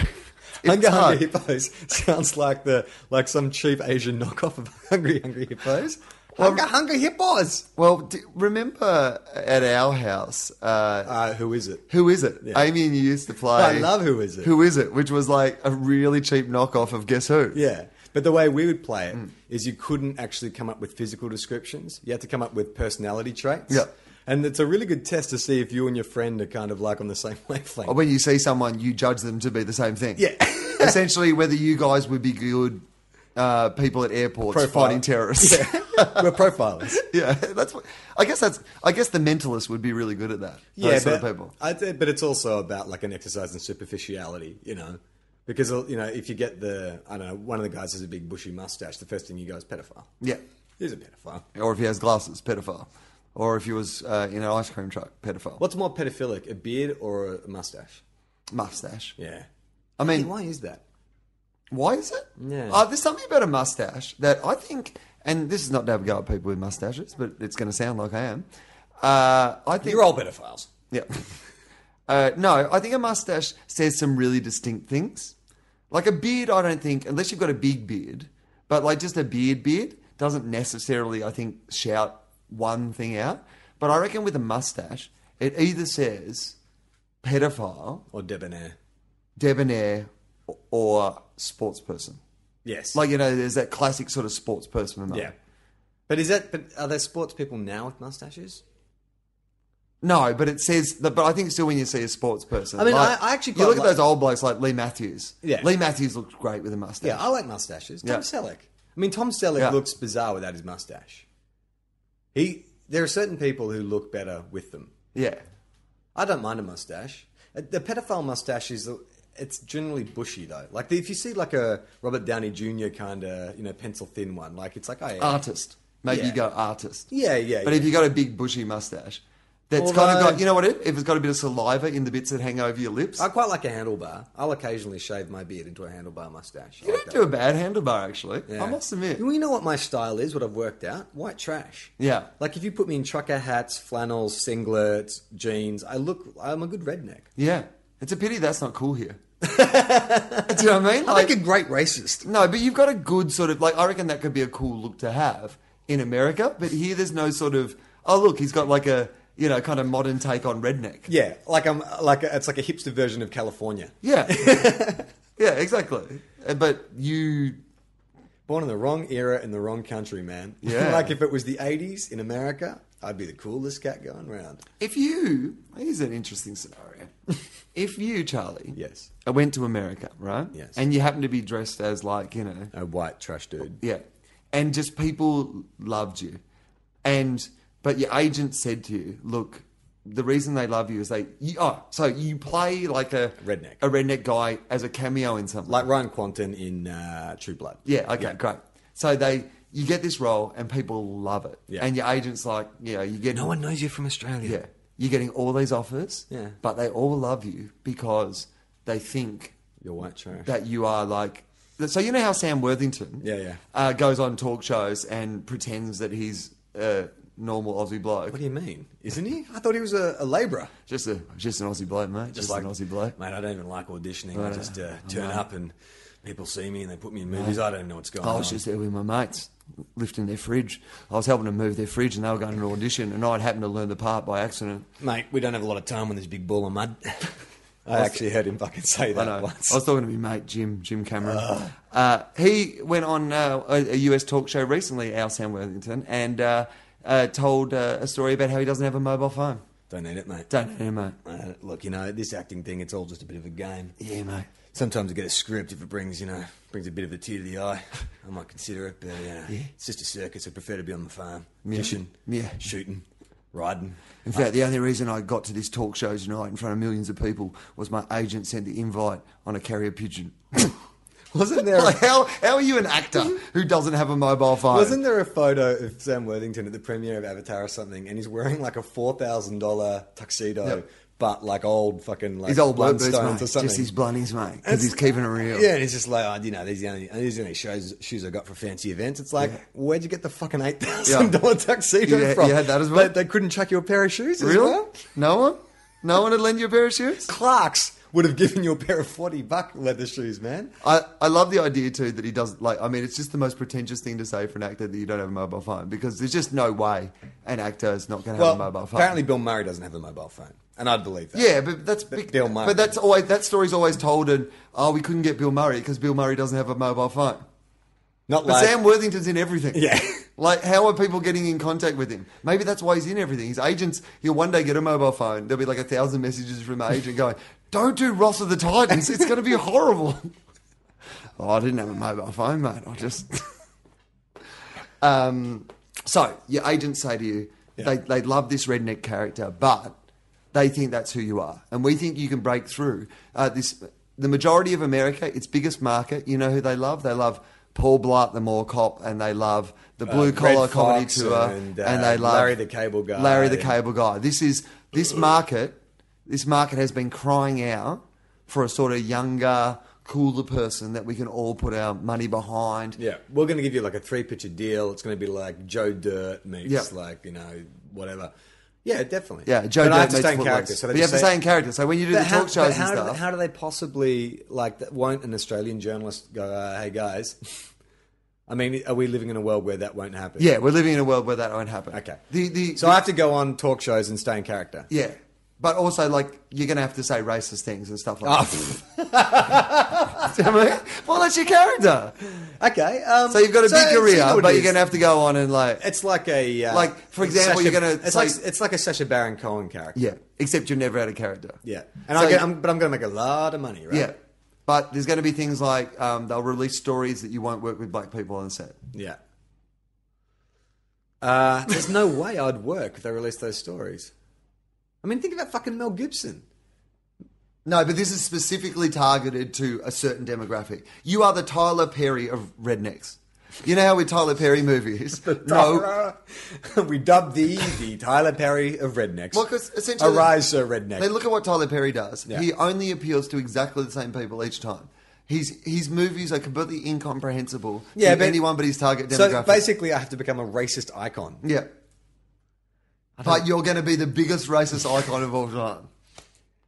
Speaker 1: It's
Speaker 2: Hunger,
Speaker 1: hard.
Speaker 2: hunger hippos sounds like the like some cheap Asian knockoff of hungry, hungry hippos. hunger, hunger hippos.
Speaker 1: Well, d remember at our house, uh,
Speaker 2: Uh, who is it?
Speaker 1: who is it?
Speaker 2: Yeah.
Speaker 1: Amy and you used to play.
Speaker 2: I love Who Is It?
Speaker 1: Who is it? Which was like a really cheap knockoff of Guess Who.
Speaker 2: Yeah. But the way we would play it
Speaker 1: Hmm.
Speaker 2: is you couldn't actually come up with physical descriptions. You had to come up with personality traits.
Speaker 1: Yeah.
Speaker 2: And it's a really good test to see if you and your friend are kind of like on the same wavelength.
Speaker 1: Or when you see someone, you judge them to be the same thing.
Speaker 2: Yeah.
Speaker 1: Essentially, whether you guys would be good uh, people at airports
Speaker 2: Profile.
Speaker 1: fighting terrorists.
Speaker 2: Yeah. We're profilers.
Speaker 1: Yeah, that's what. I guess that's. I guess the mentalist would be really good at that. those sort of people.
Speaker 2: I'd say- but it's also about like an exercise in superficiality, you know, because uh, you know if you get the I don't know one of the guys has a big bushy mustache, the first thing you go is pedophile.
Speaker 1: Yeah.
Speaker 2: He's a pedophile.
Speaker 1: Or if he has glasses, pedophile. Or if he was uh, in an ice cream truck, pedophile.
Speaker 2: What's more pedophilic, a beard or a mustache?
Speaker 1: Mustache.
Speaker 2: Yeah.
Speaker 1: I mean,
Speaker 2: Why is that?
Speaker 1: Why is it?
Speaker 2: Yeah.
Speaker 1: Uh, there's something about a mustache that I think, and this is not to have a go at people with mustaches, but it's going to sound like I am. Uh, I think.
Speaker 2: You're all pedophiles.
Speaker 1: Yeah. Uh, no, I think a mustache says some really distinct things. Like a beard, I don't think, unless you've got a big beard, but like just a beard beard doesn't necessarily, I think, shout one thing out. But I reckon with a mustache, it either says pedophile,
Speaker 2: Or debonair.
Speaker 1: debonair, or- or sports person.
Speaker 2: Yes.
Speaker 1: Like you know, there's that classic sort of sports person. moment.
Speaker 2: yeah. But is that? But are there sports people now with mustaches?
Speaker 1: No, but it says. But I think still, when you see a sports person,
Speaker 2: I mean,
Speaker 1: like,
Speaker 2: I- I actually
Speaker 1: you
Speaker 2: quite
Speaker 1: look at
Speaker 2: like-
Speaker 1: those old blokes like Lee Matthews.
Speaker 2: Yeah.
Speaker 1: Lee Matthews looked great with a mustache.
Speaker 2: Yeah, I like mustaches. Tom
Speaker 1: Yeah.
Speaker 2: Selleck. I mean, Tom Selleck
Speaker 1: Yeah.
Speaker 2: looks bizarre without his mustache. He, there are certain people who look better with them.
Speaker 1: yeah.
Speaker 2: I don't mind a mustache. Uh, The pedophile mustache is, uh, it's generally bushy though. Like the, if you see like a Robert Downey Jr. kind of, you know, pencil thin one, like it's like I.
Speaker 1: Artist. Maybe
Speaker 2: Yeah.
Speaker 1: you go artist.
Speaker 2: Yeah, yeah.
Speaker 1: Uh, But
Speaker 2: yeah.
Speaker 1: if you got a big bushy mustache, that's kind
Speaker 2: Although-
Speaker 1: of got you know what? It, if it's got a bit of saliva in the bits that hang over your lips,
Speaker 2: I quite like a handlebar. I'll occasionally shave my beard into a handlebar mustache. I
Speaker 1: you
Speaker 2: like
Speaker 1: don't
Speaker 2: that.
Speaker 1: do a bad handlebar actually. I
Speaker 2: Yeah.
Speaker 1: must admit.
Speaker 2: You know what my style is, what I've worked out? White trash.
Speaker 1: Yeah.
Speaker 2: Like if you put me in trucker hats, flannels, singlets, jeans, I look, I'm a good redneck.
Speaker 1: Yeah, it's a pity that's not cool here. do you know what I mean?
Speaker 2: I like a great racist.
Speaker 1: No, but you've got a good sort of like I reckon that could be a cool look to have in America, but here there's no sort of oh look, he's got like a you know kind of modern take on redneck.
Speaker 2: Yeah, like I'm like a, it's like a hipster version of California.
Speaker 1: Yeah. yeah, exactly. Uh, But you
Speaker 2: Born in the wrong era in the wrong country, man.
Speaker 1: Yeah.
Speaker 2: like if it was the 80s in America, I'd be the coolest cat going round.
Speaker 1: if you here's an interesting scenario. If you, Charlie,
Speaker 2: Yes.
Speaker 1: I went to America, right?
Speaker 2: Yes.
Speaker 1: And you happen to be dressed as like, you know,
Speaker 2: A white trash dude.
Speaker 1: Yeah. And just people loved you. And but your agent said to you, look, the reason they love you is they you, oh, so you play like a
Speaker 2: Redneck.
Speaker 1: a redneck guy as a cameo in something.
Speaker 2: Like Ryan Quanten in uh, True Blood.
Speaker 1: yeah, okay, great. So they you get this role and people love it.
Speaker 2: Yeah.
Speaker 1: And your agent's like, you know, you get
Speaker 2: No one knows you from Australia.
Speaker 1: yeah. You're getting all these offers,
Speaker 2: Yeah.
Speaker 1: but they all love you because they think
Speaker 2: You're white trash.
Speaker 1: that you are like. So you know how Sam Worthington,
Speaker 2: Yeah, yeah.
Speaker 1: uh, goes on talk shows and pretends that he's a normal Aussie bloke.
Speaker 2: What do you mean? Isn't he? I thought he was a, a labourer.
Speaker 1: Just a just an Aussie bloke, mate. Just, an Aussie bloke.
Speaker 2: Mate, I don't even like auditioning. I just uh, turn up and people see me and they put me in movies. I don't even know what's going
Speaker 1: I
Speaker 2: on.
Speaker 1: was just there with my mates, lifting their fridge. I was helping them move their fridge, and they were going to an audition, and I'd happened to learn the part by accident.
Speaker 2: Mate, we don't have a lot of time on this big ball of mud. I actually heard him fucking say
Speaker 1: I
Speaker 2: that
Speaker 1: know.
Speaker 2: once.
Speaker 1: I was talking to my mate Jim Jim Cameron. Uh, he went on uh, a, a US talk show recently, Al Sam Worthington, and uh, uh, told uh, a story about how he doesn't have a mobile phone.
Speaker 2: Don't need it, mate.
Speaker 1: Don't know, mate.
Speaker 2: Uh, look, you know, this acting thing, it's all just a bit of a game.
Speaker 1: Yeah, mate.
Speaker 2: Sometimes I get a script if it brings, you know, brings a bit of a tear to the eye. I might consider it, but you know, it's just a circus. I prefer to be on the farm, fishing,
Speaker 1: Yeah.
Speaker 2: shooting, riding.
Speaker 1: In fact, the only reason I got to this talk show tonight in front of millions of people was my agent sent the invite on a carrier pigeon.
Speaker 2: Wasn't there?
Speaker 1: like, how, how are you an actor who doesn't have a mobile phone?
Speaker 2: Wasn't there a photo of Sam Worthington at the premiere of Avatar or something, and he's wearing like a four thousand dollar tuxedo,
Speaker 1: Yep.
Speaker 2: but like old fucking like
Speaker 1: His old blood boots,
Speaker 2: Blundstones
Speaker 1: mate.
Speaker 2: or something.
Speaker 1: Just his blunnies, mate. Because he's keeping it real.
Speaker 2: Yeah, and he's just like, oh, you know, these are the only, these are the only shows, shoes I got for fancy events. It's like, where'd you get the fucking eight thousand dollar tuxedo
Speaker 1: You had-
Speaker 2: from?
Speaker 1: you had that as well?
Speaker 2: They, they couldn't chuck you a pair of shoes. as
Speaker 1: Really?
Speaker 2: well?
Speaker 1: No one? No one had lend you a pair of shoes?
Speaker 2: Clark's would have given you a pair of forty buck leather shoes, man.
Speaker 1: I, I love the idea too that he doesn't like. I mean, it's just the most pretentious thing to say for an actor that you don't have a mobile phone because there's just no way an actor is not going to have a
Speaker 2: Well,
Speaker 1: mobile phone.
Speaker 2: apparently Bill Murray doesn't have a mobile phone, and I'd believe that.
Speaker 1: yeah, but that's big,
Speaker 2: Bill Murray.
Speaker 1: But that's always that story's always told, and oh, we couldn't get Bill Murray because Bill Murray doesn't have a mobile phone.
Speaker 2: not
Speaker 1: But
Speaker 2: like
Speaker 1: Sam Worthington's in everything.
Speaker 2: Yeah.
Speaker 1: Like, how are people getting in contact with him? Maybe that's why he's in everything. His agents, he'll one day get a mobile phone. There'll be like a thousand messages from the agent going, Don't do Ross of the Titans. It's going to be horrible. oh, I didn't have a mobile phone, mate. I just. um, so, your agents say to you, they, they love this redneck character, but they think that's who you are. And we think you can break through. Uh, this, the majority of America, its biggest market, you know who they love? They love Paul Blart, the Mall Cop, and they love the Blue
Speaker 2: Uh, Red
Speaker 1: Collar Comedy
Speaker 2: Fox
Speaker 1: Tour,
Speaker 2: and,
Speaker 1: and,
Speaker 2: uh,
Speaker 1: they love
Speaker 2: Larry the Cable Guy
Speaker 1: Larry the
Speaker 2: and-
Speaker 1: Cable Guy. This is this market. This market has been crying out for a sort of younger, cooler person that we can all put our money behind.
Speaker 2: Yeah, we're going to give you like a three picture deal. It's going to be like Joe Dirt meets
Speaker 1: Yeah.
Speaker 2: like you know whatever. Yeah, definitely.
Speaker 1: Yeah, Joe
Speaker 2: But I
Speaker 1: Dirt
Speaker 2: have to
Speaker 1: meets
Speaker 2: stay in
Speaker 1: Footloose.
Speaker 2: character. So they
Speaker 1: but you have
Speaker 2: just say-
Speaker 1: to stay in character. So when you do
Speaker 2: But
Speaker 1: the
Speaker 2: how-
Speaker 1: talk shows
Speaker 2: but
Speaker 1: and
Speaker 2: how do they-
Speaker 1: stuff,
Speaker 2: how do they possibly like? that- Won't an Australian journalist go, uh, "Hey guys"? I mean, are we living in a world where that won't happen?
Speaker 1: yeah, we're living in a world where that won't happen.
Speaker 2: Okay.
Speaker 1: The the
Speaker 2: so I have to go on talk shows and stay in character.
Speaker 1: yeah, but also like you're gonna have to say racist things and stuff like
Speaker 2: Oh,
Speaker 1: that. Do you know what I mean? well, that's your character.
Speaker 2: okay. Um,
Speaker 1: So you've got a
Speaker 2: so-
Speaker 1: big
Speaker 2: so you
Speaker 1: career,
Speaker 2: know what it
Speaker 1: but
Speaker 2: is.
Speaker 1: you're gonna have to go on and like
Speaker 2: It's like a uh,
Speaker 1: Like, for example,
Speaker 2: Sacha-
Speaker 1: you're gonna
Speaker 2: It's
Speaker 1: say-
Speaker 2: like it's like a Sacha Baron Cohen character.
Speaker 1: yeah. Except you've never had a character.
Speaker 2: yeah. And
Speaker 1: So
Speaker 2: I get,
Speaker 1: you-
Speaker 2: I'm, but I'm going to make a lot of money, right?
Speaker 1: Yeah. But there's going to be things like um, they'll release stories that you won't work with black people on set.
Speaker 2: Yeah. Uh, there's no way I'd work if they released those stories. I mean, think about fucking Mel Gibson.
Speaker 1: No, but this is specifically targeted to a certain demographic. You are the Tyler Perry of rednecks. You know how with Tyler Perry movies, no,
Speaker 2: we dubbed thee the Tyler Perry of rednecks.
Speaker 1: Well, 'cause essentially-
Speaker 2: arise, sir redneck.
Speaker 1: They look at what Tyler Perry does.
Speaker 2: Yeah.
Speaker 1: He only appeals to exactly the same people each time. His his movies are completely incomprehensible
Speaker 2: Yeah,
Speaker 1: to
Speaker 2: but-
Speaker 1: anyone but his target demographic.
Speaker 2: so basically, I have to become a racist icon.
Speaker 1: yeah. But you're going to be the biggest racist icon of all time.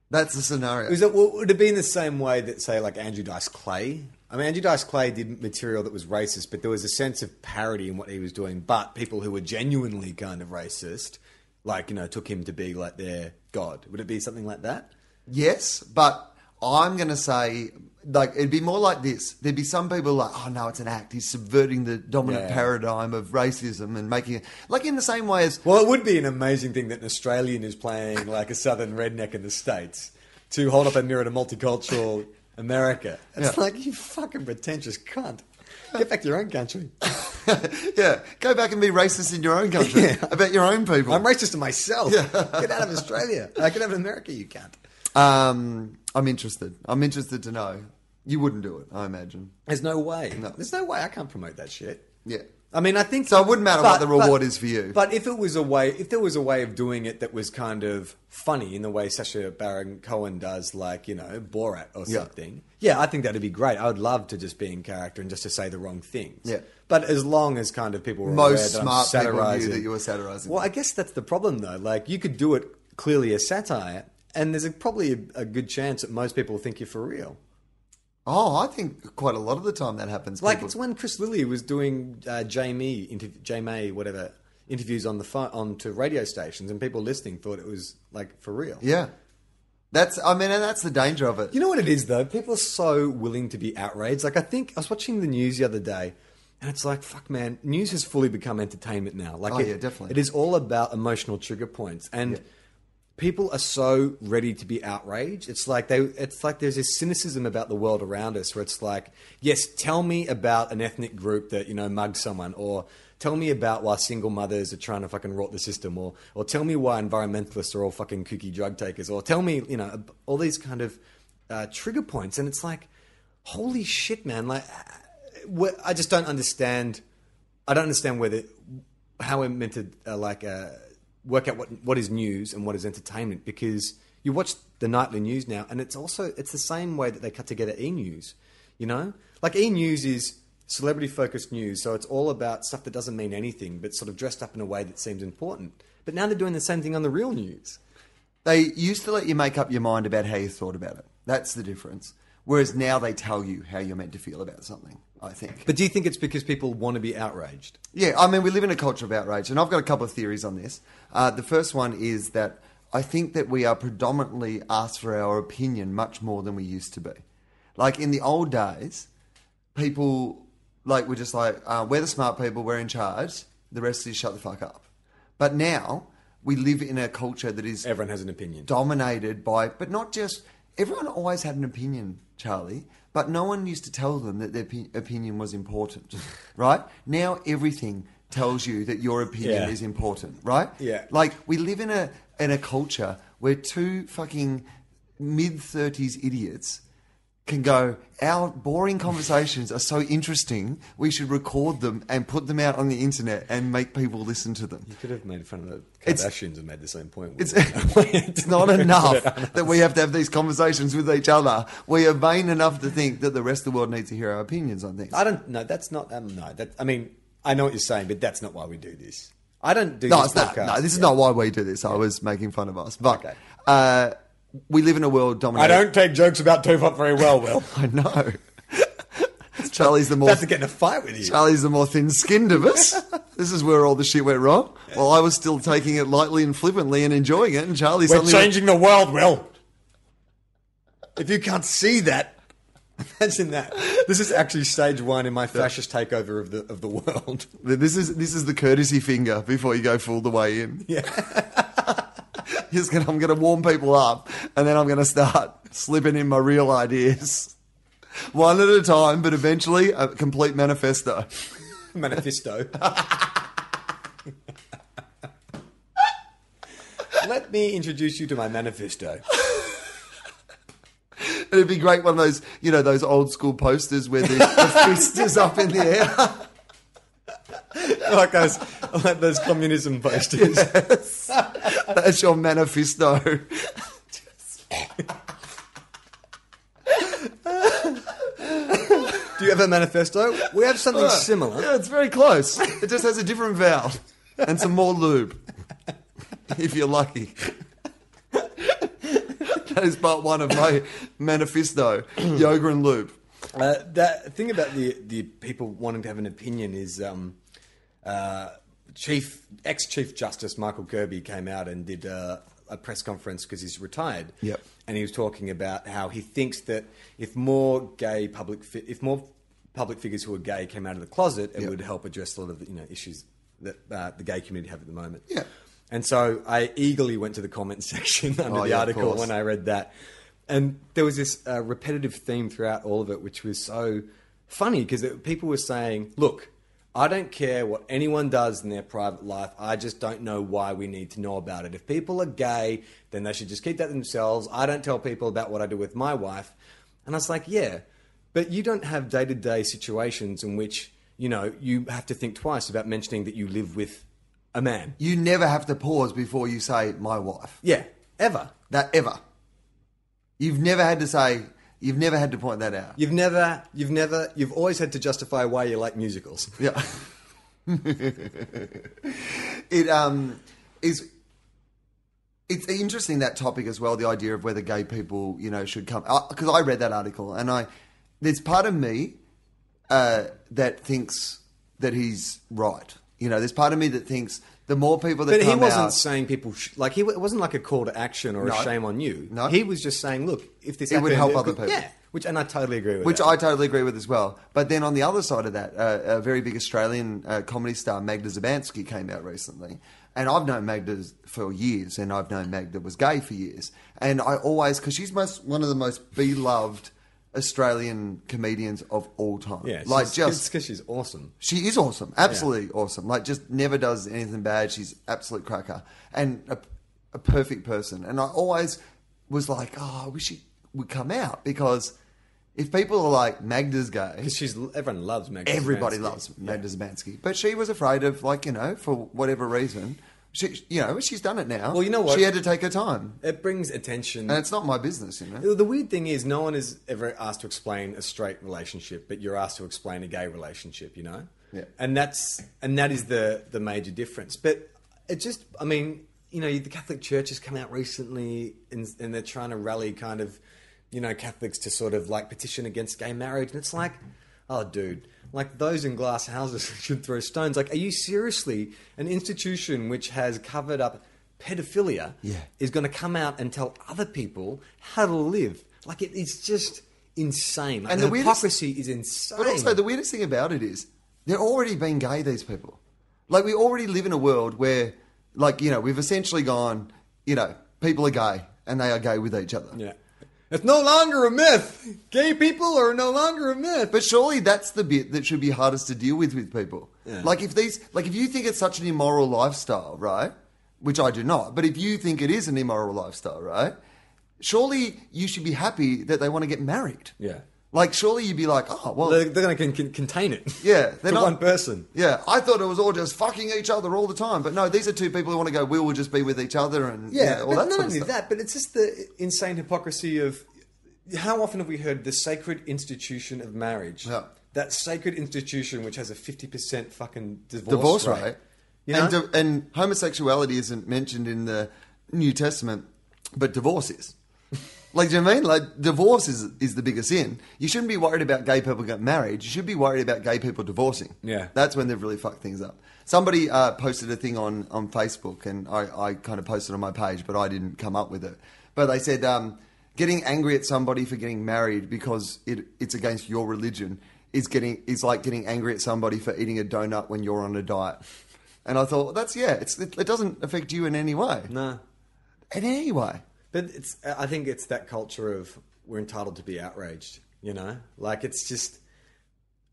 Speaker 1: That's the scenario.
Speaker 2: Is it, well, would it be in the same way that, say, like Andrew Dice Clay? I mean, Andrew Dice Clay did material that was racist, but there was a sense of parody in what he was doing. But people who were genuinely kind of racist, like, you know, took him to be like their god. Would it be something like that?
Speaker 1: Yes, but I'm going to say like it'd be more like this. There'd be some people like, oh no, it's an act. He's subverting the dominant
Speaker 2: Yeah.
Speaker 1: paradigm of racism and making it like in the same way as
Speaker 2: Well, it would be an amazing thing that an Australian is playing like a southern redneck in the States to hold up a mirror to multicultural America. It's
Speaker 1: Yeah.
Speaker 2: like, you fucking pretentious cunt. Get back to your own country.
Speaker 1: yeah, go back and be racist in your own country about your own people.
Speaker 2: I'm racist to myself. Get out of Australia. I get out of America, you cunt.
Speaker 1: um, I'm interested. I'm interested to know. You wouldn't do it, I imagine.
Speaker 2: There's no way.
Speaker 1: No.
Speaker 2: There's no way I can't promote that shit.
Speaker 1: Yeah.
Speaker 2: I mean, I think
Speaker 1: So it wouldn't matter what the reward is for you.
Speaker 2: But if it was a way, if there was a way of doing it that was kind of funny in the way Sacha Baron Cohen does, like you know Borat or
Speaker 1: Yeah.
Speaker 2: something, yeah. I think that'd be great. I would love to just be in character and just to say the wrong things.
Speaker 1: Yeah.
Speaker 2: But as long as kind of people were aware
Speaker 1: Most
Speaker 2: that I'm
Speaker 1: smart people knew
Speaker 2: satirising-
Speaker 1: that you were satirizing.
Speaker 2: Well, I guess that's the problem though. Like you could do it clearly as satire, and there's a, probably a, a good chance that most people think you're for real.
Speaker 1: oh, I think quite a lot of the time that happens.
Speaker 2: Like
Speaker 1: People-
Speaker 2: it's when Chris Lilly was doing uh, Jamie interv- Jamie whatever interviews on the phone on to radio stations, and people listening thought it was like for real.
Speaker 1: yeah, that's. I mean, and that's the danger of it.
Speaker 2: You know what it is though? People are so willing to be outraged. Like I think I was watching the news the other day, and it's like fuck, man. News has fully become entertainment now. Like
Speaker 1: Oh,
Speaker 2: it,
Speaker 1: yeah, definitely.
Speaker 2: It is all about emotional trigger points and. People are so ready to be outraged. It's like they, it's like there's this cynicism about the world around us, where it's like, yes, tell me about an ethnic group that you know mugged someone, or tell me about why single mothers are trying to fucking rot the system, or or tell me why environmentalists are all fucking kooky drug takers, or tell me you know all these kind of uh, trigger points, and it's like, holy shit, man! Like, wh- I just don't understand. I don't understand whether how we're meant to uh, like uh, work out what what is news and what is entertainment because you watch the nightly news now, and it's also it's the same way that they cut together e news. You know, like e news is celebrity focused news, so it's all about stuff that doesn't mean anything, but sort of dressed up in a way that seems important. But now they're doing the same thing on the real news.
Speaker 1: They used to let you make up your mind about how you thought about it. That's the difference. Whereas now they tell you how you're meant to feel about something. I think.
Speaker 2: But do you think it's because people want to be outraged?
Speaker 1: Yeah, I mean, we live in a culture of outrage, and I've got a couple of theories on this. Uh, the first one is that I think that we are predominantly asked for our opinion much more than we used to be. Like in the old days, people like were just like, uh, "We're the smart people, we're in charge. The rest of you shut the fuck up." But now we live in a culture that is
Speaker 2: Everyone has an opinion.
Speaker 1: dominated by, but not just everyone always had an opinion, Charlie, but no one used to tell them that their pe- opinion was important, right? Now everything tells you that your opinion
Speaker 2: Yeah.
Speaker 1: is important, right?
Speaker 2: Yeah.
Speaker 1: Like we live in a in a culture where two fucking mid thirties idiots can go. Our boring conversations are so interesting. We should record them and put them out on the internet and make people listen to them.
Speaker 2: You could have made fun of the
Speaker 1: It's-
Speaker 2: Kardashians and made the same point.
Speaker 1: It's, it's not enough that we have to have these conversations with each other. We are vain enough to think that the rest of the world needs to hear our opinions on things.
Speaker 2: I don't. No, that's not. Um, no, that. I mean, I know what you're saying, but that's not why we do this. I don't do.
Speaker 1: No,
Speaker 2: this
Speaker 1: it's not.
Speaker 2: podcast.
Speaker 1: No, this is
Speaker 2: Yeah.
Speaker 1: not why we do this. I was making fun of us. But
Speaker 2: Okay.
Speaker 1: uh, we live in a world
Speaker 2: I
Speaker 1: dominated.
Speaker 2: don't take jokes about Topop very well. Will
Speaker 1: I know. Charlie's the more
Speaker 2: that's to get in a fight with you.
Speaker 1: Charlie's the more thin-skinned of us. this is where all the shit went wrong. Well, I was still taking it lightly and flippantly and enjoying it, and Charlie
Speaker 2: We're
Speaker 1: suddenly
Speaker 2: changing the world, Will. If you can't see that, imagine that. This is actually stage one in my fascist takeover of the of the world.
Speaker 1: This is this is the courtesy finger before you go full the way in.
Speaker 2: Yeah.
Speaker 1: Just gonna, I'm going to warm people up, and then I'm going to start slipping in my real ideas, one at a time. But eventually, a complete manifesto.
Speaker 2: manifesto. Let me introduce you to my manifesto.
Speaker 1: It'd be great one of those, you know, those old school posters where the, the fist is up in the air.
Speaker 2: like those, like those communism posters.
Speaker 1: That's your manifesto.
Speaker 2: Do you have a manifesto? We have something similar.
Speaker 1: Yeah, it's very close. It just has a different valve and some more lube, if you're lucky. That is part one of my manifesto: yoga and lube.
Speaker 2: Uh, that thing about the the people wanting to have an opinion is, um, uh, chief ex chief justice Michael Kirby came out and did uh, a press conference because he's retired.
Speaker 1: Yep.
Speaker 2: and he was talking about how he thinks that if more gay public fi- if more public figures who are gay came out of the closet, it
Speaker 1: Yep.
Speaker 2: would help address a lot of the, you know issues that uh, the gay community have at the moment.
Speaker 1: Yeah.
Speaker 2: And so I eagerly went to the comment section under
Speaker 1: Oh,
Speaker 2: the
Speaker 1: yeah, of
Speaker 2: article
Speaker 1: course.
Speaker 2: when I read that. And there was this uh, repetitive theme throughout all of it, which was so funny because people were saying, look, I don't care what anyone does in their private life. I just don't know why we need to know about it. If people are gay, then they should just keep that to themselves. I don't tell people about what I do with my wife. And I was like, yeah, but you don't have day to day situations in which you know, you have to think twice about mentioning that you live with a man.
Speaker 1: You never have to pause before you say my wife.
Speaker 2: Yeah, ever.
Speaker 1: That ever. You've never had to say. You've never had to point that out.
Speaker 2: You've never, you've never, you've always had to justify why you like musicals.
Speaker 1: Yeah. it um is it's interesting that topic as well the idea of whether gay people you know should come because I read that article and I there's part of me uh, that thinks that he's right you know there's part of me that thinks the more people that
Speaker 2: But he
Speaker 1: come
Speaker 2: wasn't
Speaker 1: out
Speaker 2: saying people sh- like he it wasn't like a call to action or
Speaker 1: No.
Speaker 2: a shame on you.
Speaker 1: No.
Speaker 2: he was just saying, look, if this
Speaker 1: It would
Speaker 2: happened,
Speaker 1: help other people.
Speaker 2: Yeah, which and I totally agree with.
Speaker 1: which
Speaker 2: that.
Speaker 1: I totally agree with as well but then on the other side of that uh, a very big Australian uh, comedy star Magda Zabansky came out recently and I've known Magda for years and I've known Magda was gay for years and I always because she's most one of the most beloved Australian comedians of all time
Speaker 2: yeah,
Speaker 1: like just
Speaker 2: because she's awesome.
Speaker 1: she is awesome, absolutely awesome. Like, just never does anything bad. She's absolute cracker and a, a perfect person. And I always was like, oh, I wish she would come out because if people are like Magda's gay,
Speaker 2: Because she's everyone loves Meg.
Speaker 1: everybody
Speaker 2: Zabansky.
Speaker 1: loves Magda Zabansky. But she was afraid of like you know for whatever reason, she you know she's done it now.
Speaker 2: Well, you know what?
Speaker 1: she had to take her time,
Speaker 2: It brings attention.
Speaker 1: and it's not my business, you know.
Speaker 2: The weird thing is, no one is ever asked to explain a straight relationship, but you're asked to explain a gay relationship. You know,
Speaker 1: Yeah.
Speaker 2: and that's and that is the the major difference. But it just, I mean, you know, the Catholic Church has come out recently, and, and they're trying to rally kind of, you know, Catholics to sort of like petition against gay marriage, and it's like, oh, dude. Like those in glass houses should throw stones. Like, are you seriously an institution which has covered up pedophilia
Speaker 1: Yeah.
Speaker 2: is going to come out and tell other people how to live. Like it, it's just insane. Like,
Speaker 1: And
Speaker 2: the,
Speaker 1: the weirdest-
Speaker 2: hypocrisy is insane.
Speaker 1: But also, the weirdest thing about it is they're already being gay. These people, like we already live in a world where, like you know, we've essentially gone, you know, people are gay and they are gay with each other.
Speaker 2: yeah, it's no longer a myth. Gay people are no longer a myth.
Speaker 1: But surely that's the bit that should be hardest to deal with with people.
Speaker 2: Yeah.
Speaker 1: Like if these, like if you think it's such an immoral lifestyle, right? Which I do not. But if you think it is an immoral lifestyle, right? Surely you should be happy that they want to get married.
Speaker 2: Yeah.
Speaker 1: Like surely you'd be like, oh well,
Speaker 2: they're, they're going to con- contain it.
Speaker 1: Yeah,
Speaker 2: to
Speaker 1: they're not-
Speaker 2: one person.
Speaker 1: Yeah, I thought it was all just fucking each other all the time, but no, these are two people who want to go. We will just be with each other, and yeah,
Speaker 2: Yeah,
Speaker 1: all
Speaker 2: but
Speaker 1: that
Speaker 2: not
Speaker 1: sort of
Speaker 2: only
Speaker 1: stuff.
Speaker 2: that, but it's just the insane hypocrisy of how often have we heard the sacred institution of marriage?
Speaker 1: Yeah.
Speaker 2: That sacred institution which has a fifty percent fucking divorce,
Speaker 1: Divorce
Speaker 2: rate.
Speaker 1: rate,
Speaker 2: You
Speaker 1: and,
Speaker 2: know?
Speaker 1: di- and homosexuality isn't mentioned in the New Testament, but divorce is. Like, do you know what I mean? Like, divorce is is the biggest sin. You shouldn't be worried about gay people getting married. You should be worried about gay people divorcing.
Speaker 2: Yeah.
Speaker 1: that's when they've really fucked things up. Somebody uh, posted a thing on on Facebook, and I, I kind of posted on my page, but I didn't come up with it. But they said um, getting angry at somebody for getting married because it it's against your religion is getting is like getting angry at somebody for eating a donut when you're on a diet. And I thought well, that's yeah, it's it, it doesn't affect you in any way.
Speaker 2: no.
Speaker 1: In any way.
Speaker 2: But it's I think it's that culture of we're entitled to be outraged, you know? Like it's just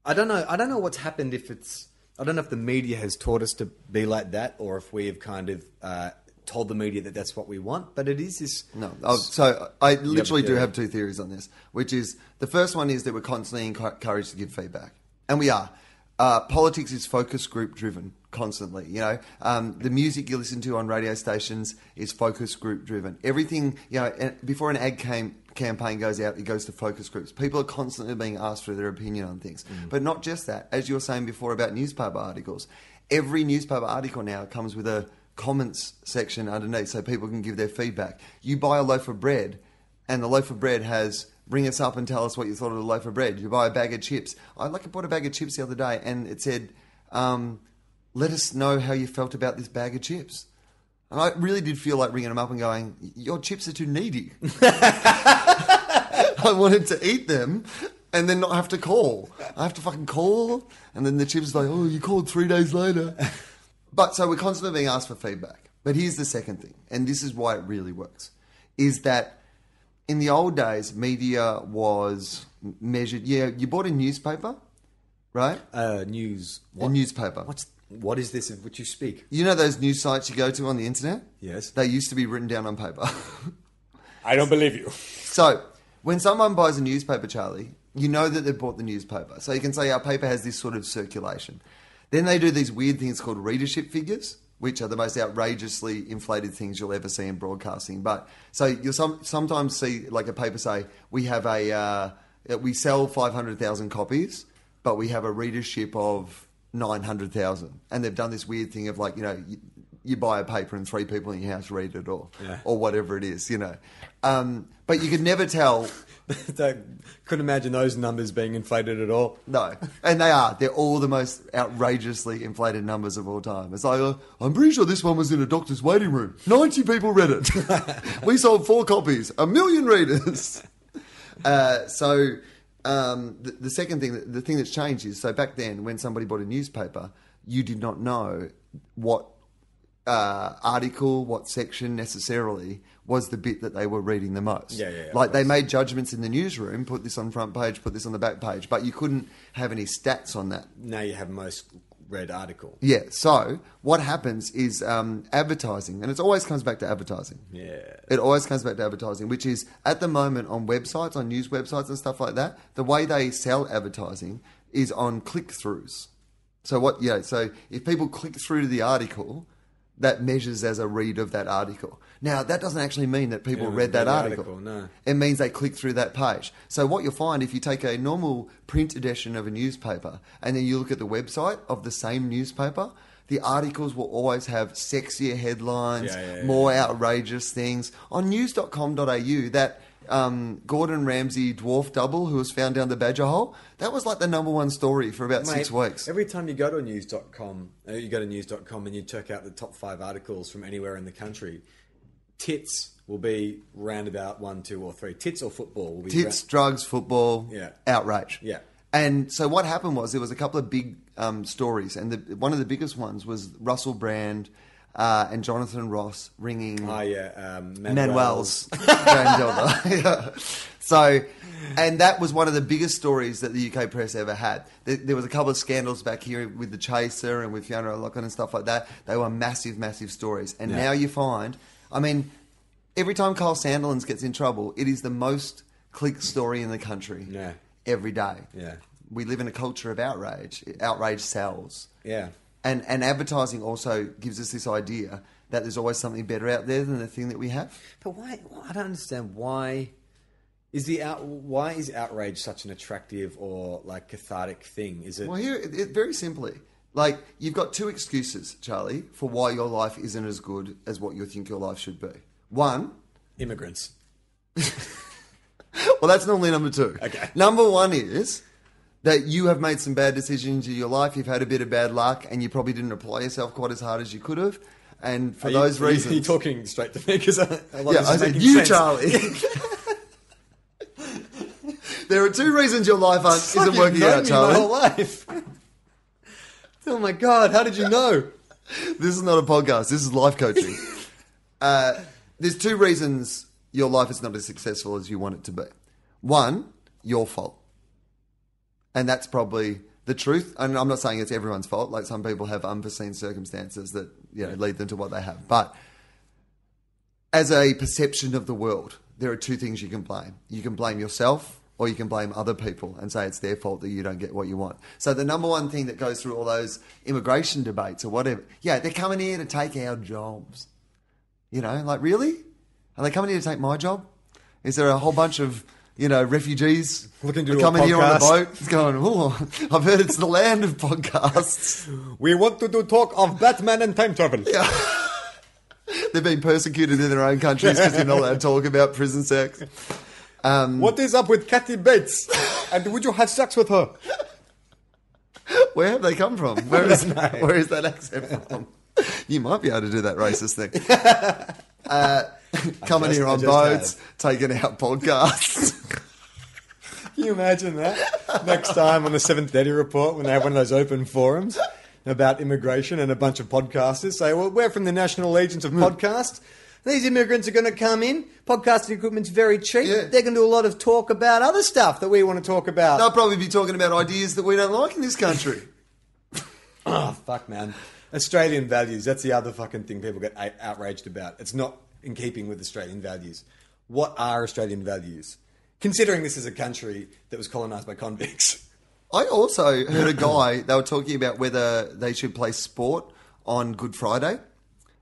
Speaker 2: I don't know I don't know what's happened if it's I don't know if the media has taught us to be like that or if we have kind of uh, told the media that that's what we want, but it is this
Speaker 1: No. Oh, so I literally do
Speaker 2: yeah.
Speaker 1: have two theories on this, which is the first one is that we're constantly encou- encouraged to give feedback, and we are. Uh, politics is focus group driven constantly. You know, um, the music you listen to on radio stations is focus group driven. Everything you know, and before an ad came, campaign goes out, it goes to focus groups. People are constantly being asked for their opinion on things, but not just that. As you were saying before about newspaper articles, every newspaper article now comes with a comments section underneath so people can give their feedback. You buy a loaf of bread, and the loaf of bread has bring us up and tell us what you thought of the loaf of bread. You buy a bag of chips. I like I bought a bag of chips the other day, and it said, um, "Let us know how you felt about this bag of chips." And I really did feel like ringing them up and going, "Your chips are too needy." I wanted to eat them and then not have to call. I have to fucking call, and then the chip's like, oh, you called three days later. But so we're constantly being asked for feedback. But here's the second thing, and this is why it really works, is that in the old days, media was m- measured. Yeah, you bought a newspaper, right?
Speaker 2: uh, news
Speaker 1: A newspaper.
Speaker 2: what's what is this of which you speak?
Speaker 1: you know those news sites you go to on the internet?
Speaker 2: Yes.
Speaker 1: They used to be written down on paper.
Speaker 2: I don't believe you.
Speaker 1: So, when someone buys a newspaper, Charlie, You know that they've bought the newspaper. So you can say our paper has this sort of circulation. Then they do these weird things called readership figures, which are the most outrageously inflated things you'll ever see in broadcasting. But so you'll some, sometimes see like a paper say we have a uh, we sell five hundred thousand copies, but we have a readership of nine hundred thousand, and they've done this weird thing of like you know. You, you buy a paper and three people in your house read it, or or whatever it is, you know. Um, but you could never tell
Speaker 2: I couldn't imagine those numbers being inflated at all.
Speaker 1: No, and they are. They're all the most outrageously inflated numbers of all time. It's like, uh, I'm pretty sure this one was in a doctor's waiting room. 90 people read it. we sold four copies, a million readers. Uh, so um, the, the second thing, that- the thing that's changed is so back then, when somebody bought a newspaper, you did not know what uh, article, what section necessarily was the bit that they were reading the most.
Speaker 2: Yeah, yeah, yeah,
Speaker 1: Like
Speaker 2: of
Speaker 1: they made judgments in the newsroom, put this on front page, put this on the back page, but you couldn't have any stats on that.
Speaker 2: Now you have most read article.
Speaker 1: Yeah. So what happens is um, advertising, and it always comes back to advertising.
Speaker 2: Yeah.
Speaker 1: It always comes back to advertising, which is at the moment on websites, on news websites and stuff like that, the way they sell advertising is on click throughs. So what yeah, so if people click through to the article, that measures as a read of that article. Now that doesn't actually mean that people
Speaker 2: Yeah,
Speaker 1: read that
Speaker 2: the
Speaker 1: article.
Speaker 2: article, no.
Speaker 1: It means they click through that page. So what you'll find if you take a normal print edition of a newspaper and then you look at the website of the same newspaper, the articles will always have sexier headlines,
Speaker 2: Yeah, yeah, yeah.
Speaker 1: more outrageous things. On news.com.au, that um, Gordon Ramsay dwarf double who was found down the badger hole, that was like the number one story for about six
Speaker 2: Mate,
Speaker 1: weeks.
Speaker 2: Every time you go to news.com, uh, you go to news.com and you check out the top five articles from anywhere in the country, tits will be round about one, two, or three. Tits or football will be
Speaker 1: Tits,
Speaker 2: round-
Speaker 1: drugs, football,
Speaker 2: Yeah.
Speaker 1: outrage.
Speaker 2: Yeah.
Speaker 1: And so what happened was there was a couple of big um, stories, and the, one of the biggest ones was Russell Brand uh, and Jonathan Ross ringing
Speaker 2: Ah, yeah. Um,
Speaker 1: Manuel's granddaughter. Yeah. So, and that was one of the biggest stories that the UK press ever had. There, there was a couple of scandals back here with the Chaser and with Fiona O'Loughlin and stuff like that. They were massive, massive stories. And now you find, I mean, every time Carl Sandilands gets in trouble, it is the most clicked story in the country.
Speaker 2: Yeah.
Speaker 1: Every day.
Speaker 2: Yeah.
Speaker 1: We live in a culture of outrage. Outrage sells
Speaker 2: Yeah.
Speaker 1: and and advertising also gives us this idea that there's always something better out there than the thing that we have.
Speaker 2: But why? I don't understand why. Is the out, why is outrage such an attractive or like cathartic thing? Is it
Speaker 1: Well, here, it, it, very simply, like you've got two excuses, Charlie, for why your life isn't as good as what you think your life should be. One,
Speaker 2: immigrants?
Speaker 1: well, that's normally number two.
Speaker 2: Okay.
Speaker 1: Number one is that you have made some bad decisions in your life. You've had a bit of bad luck, and you probably didn't apply yourself quite as hard as you could have. And for
Speaker 2: Are you-
Speaker 1: those
Speaker 2: are you-
Speaker 1: reasons,
Speaker 2: Are you talking straight to me? Because I, I love
Speaker 1: yeah,
Speaker 2: this
Speaker 1: I
Speaker 2: is
Speaker 1: said
Speaker 2: making
Speaker 1: you,
Speaker 2: sense.
Speaker 1: Charlie. there are two reasons your life aren't,
Speaker 2: Fuck,
Speaker 1: isn't
Speaker 2: you've
Speaker 1: working
Speaker 2: known
Speaker 1: out,
Speaker 2: me My whole
Speaker 1: Charlie.
Speaker 2: life. oh my god! How did you know?
Speaker 1: This is not a podcast. This is life coaching. uh, there's two reasons your life is not as successful as you want it to be. One, your fault, and that's probably the truth. And I'm not saying it's everyone's fault. Like some people have unforeseen circumstances that you know lead them to what they have, but. as a perception of the world, there are two things you can blame. You can blame yourself or you can blame other people and say it's their fault that you don't get what you want. So the number one thing that goes through all those immigration debates or whatever, yeah, they're coming here to take our jobs. You know, like really? Are they coming here to take my job? Is there a whole bunch of you know refugees
Speaker 2: Looking to do a
Speaker 1: coming here on a
Speaker 2: podcast.
Speaker 1: boat? It's going. Oh, I've heard it's the land of podcasts.
Speaker 2: We want to do talk of Batman and time travel. Yeah.
Speaker 1: They're being persecuted in their own countries because they're not allowed to talk about prison sex.
Speaker 2: Mm. What is up with Kathy Bates? and would you have sex with her?
Speaker 1: Where have they come from? Where is, where is that accent from? You might be able to do that racist thing. Uh, coming
Speaker 2: just-
Speaker 1: here
Speaker 2: I
Speaker 1: on
Speaker 2: just
Speaker 1: boats, taking out podcasts.
Speaker 2: Can you imagine that? Next time on the 7:30 report, when they have one of those open forums about immigration and a bunch of podcasters say, "Well, we're from the National Agents of Podcast. These immigrants are going to come in. Podcasting equipment's very cheap.
Speaker 1: Yeah.
Speaker 2: They're going to do a lot of talk about other stuff that we want to talk about."
Speaker 1: They'll probably be talking about ideas that we don't like in this country.
Speaker 2: Oh, fuck, man. Australian values. That's the other fucking thing people get out- outraged about. It's not in keeping with Australian values. What are Australian values? Considering this is a country that was colonized by convicts.
Speaker 1: I also heard a guy they were talking about whether they should play sport on Good Friday.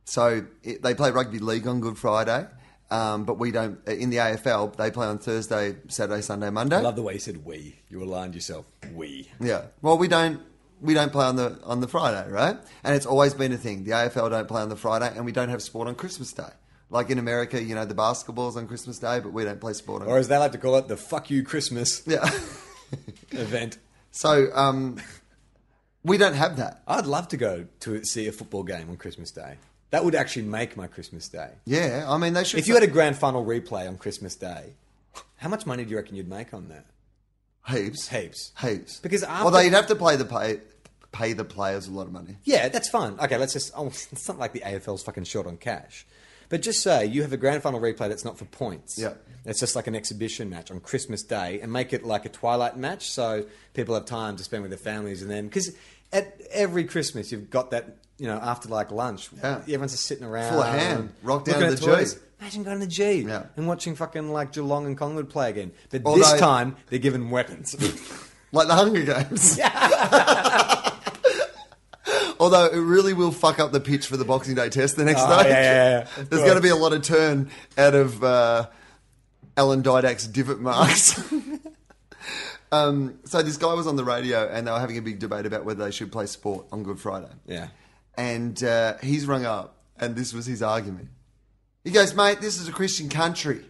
Speaker 1: So it, they play rugby league on Good Friday, um, but we don't in the AFL. They play on Thursday, Saturday, Sunday, Monday.
Speaker 2: I love the way you said we. You aligned yourself. We.
Speaker 1: Yeah. Well, we don't we don't play on the on the Friday, right? And it's always been a thing. The AFL don't play on the Friday, and we don't have sport on Christmas Day. Like in America, you know, the basketball's on Christmas Day, but we don't play sport on.
Speaker 2: Or as they like to call it, the fuck you Christmas
Speaker 1: yeah.
Speaker 2: event.
Speaker 1: so um, we don't have that.
Speaker 2: I'd love to go to see a football game on Christmas Day. That would actually make my Christmas Day.
Speaker 1: Yeah. I mean, they should.
Speaker 2: If you had a grand final replay on Christmas Day, how much money do you reckon you'd make on that?
Speaker 1: heaps,
Speaker 2: Heaps.
Speaker 1: heaps.
Speaker 2: Because after-
Speaker 1: although you'd have to play the pay pay the players a lot of money.
Speaker 2: Yeah, that's fun. Okay, let's just. Oh, it's not like the AFL's fucking short on cash. But just say you have a grand final replay that's not for points.
Speaker 1: Yeah.
Speaker 2: It's just like an exhibition match on Christmas Day and make it like a twilight match so people have time to spend with their families and then. Because at every Christmas, you've got that, you know, after like lunch,
Speaker 1: Yeah.
Speaker 2: everyone's just sitting around.
Speaker 1: Full of ham. Rock down
Speaker 2: looking
Speaker 1: to
Speaker 2: at
Speaker 1: the G.
Speaker 2: toys. Imagine going to the G
Speaker 1: Yeah.
Speaker 2: and watching fucking like Geelong and Collingwood play again. But
Speaker 1: Although-
Speaker 2: this time, they're given weapons.
Speaker 1: Like the Hunger Games. Although it really will fuck up the pitch for the Boxing Day test the next
Speaker 2: Oh,
Speaker 1: day.
Speaker 2: yeah, yeah, yeah. Of
Speaker 1: There's
Speaker 2: course.
Speaker 1: going to be a lot of turn out of uh, Alan Didak's divot marks. um, so this guy was on the radio and they were having a big debate about whether they should play sport on Good Friday.
Speaker 2: yeah.
Speaker 1: And uh, he's rung up and this was his argument. He goes, mate, this is a Christian country.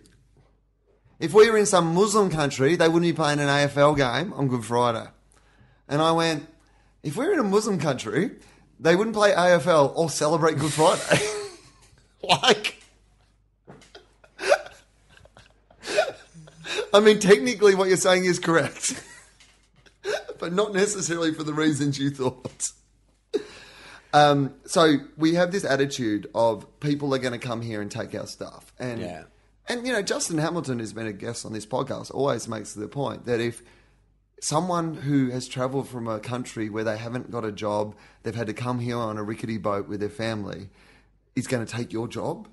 Speaker 1: If we were in some Muslim country, they wouldn't be playing an AFL game on Good Friday. And I went, if we were in a Muslim country, they wouldn't play AFL or celebrate Good Friday. like, I mean, technically, what you're saying is correct, but not necessarily for the reasons you thought. Um, so we have this attitude of people are going to come here and take our stuff, and
Speaker 2: Yeah.
Speaker 1: and you know Justin Hamilton has been a guest on this podcast. Always makes the point that if someone who has travelled from a country where they haven't got a job, they've had to come here on a rickety boat with their family, is going to take your job.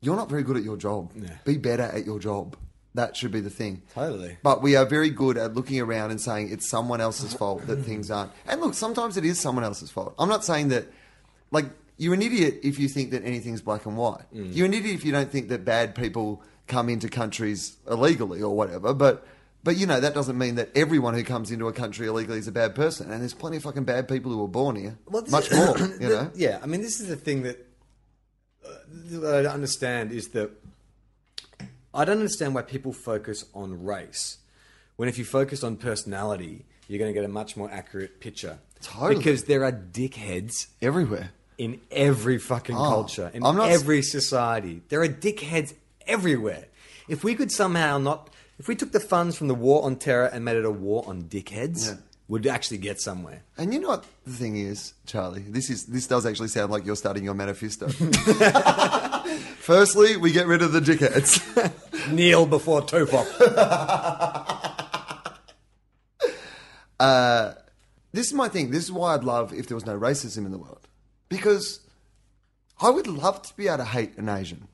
Speaker 1: You're not very good at your job. Be better at your job. That should be the thing.
Speaker 2: Totally.
Speaker 1: But we are very good at looking around and saying it's someone else's fault that things aren't. And look, sometimes it is someone else's fault. I'm not saying that, like, you're an idiot if you think that anything's black and white. You're an idiot if you don't think that bad people come into countries illegally or whatever. But, but you know, that doesn't mean that everyone who comes into a country illegally is a bad person. And there's plenty of fucking bad people who were born here.
Speaker 2: Well, this
Speaker 1: Much
Speaker 2: is-
Speaker 1: more,
Speaker 2: the-
Speaker 1: you know?
Speaker 2: Yeah, I mean, this is the thing that, uh, that I don't understand is that I don't understand why people focus on race when if you focus on personality, you're going to get a much more accurate picture.
Speaker 1: Totally.
Speaker 2: Because there are dickheads
Speaker 1: Everywhere.
Speaker 2: in every fucking culture, in
Speaker 1: Oh, I'm not-
Speaker 2: every society. There are dickheads everywhere. If we could somehow not, if we took the funds from the war on terror and made it a war on dickheads,
Speaker 1: Yeah.
Speaker 2: we'd actually get somewhere.
Speaker 1: And you know what the thing is, Charlie? This is this does actually sound like you're starting your manifesto. Firstly, we get rid of the dickheads.
Speaker 2: Kneel before Topop.
Speaker 1: this is my thing. This is why I'd love if there was no racism in the world. Because I would love to be able to hate an Asian.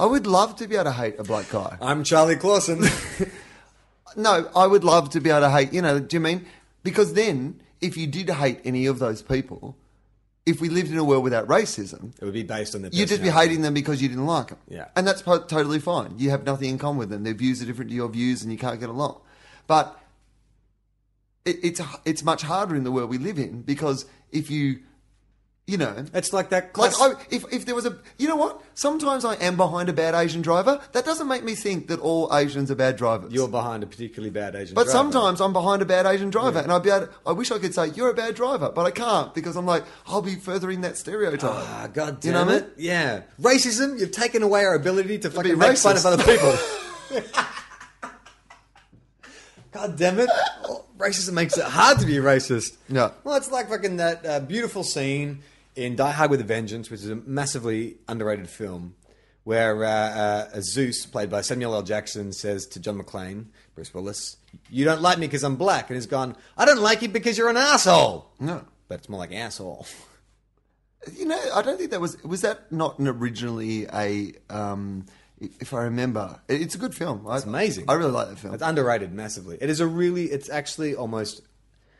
Speaker 1: I would love to be able to hate a black guy.
Speaker 2: I'm Charlie Clausen.
Speaker 1: No, I would love to be able to hate, you know, do you mean? Because then, if you did hate any of those people, if we lived in a world without racism,
Speaker 2: it would be based on the.
Speaker 1: You'd just be hating them because you didn't like them.
Speaker 2: Yeah.
Speaker 1: And that's po- totally fine. You have nothing in common with them. Their views are different to your views and you can't get along. But it, it's, it's much harder in the world we live in because if you, you know.
Speaker 2: It's like that.
Speaker 1: Like,
Speaker 2: Class-
Speaker 1: I, if, if there was a. You know what? Sometimes I am behind a bad Asian driver. That doesn't make me think that all Asians are bad drivers.
Speaker 2: you're behind a particularly bad Asian.
Speaker 1: But
Speaker 2: driver.
Speaker 1: sometimes I'm behind a bad Asian driver, and I'd be able to, I wish I could say you're a bad driver, but I can't because I'm like I'll be furthering that stereotype.
Speaker 2: Ah, god
Speaker 1: You
Speaker 2: damn
Speaker 1: know what I
Speaker 2: it! Yeah, racism. You've taken away our ability to fucking
Speaker 1: be
Speaker 2: make fun
Speaker 1: racist.
Speaker 2: of other people. god damn it! Oh, racism makes it hard to be racist.
Speaker 1: Yeah.
Speaker 2: Well, it's like fucking that uh, beautiful scene in Die Hard with a Vengeance, which is a massively underrated film, where uh, uh, Zeus, played by Samuel L. Jackson, says to John McClane, Bruce Willis, "You don't like me because I'm black," and he's gone, "I don't like you because you're an asshole."
Speaker 1: No.
Speaker 2: but it's more like asshole.
Speaker 1: You know, I don't think that was was that not an originally a um, if I remember. It- It's a good film.
Speaker 2: It's amazing.
Speaker 1: I really like that film.
Speaker 2: It's underrated massively. It is a really. It's actually almost.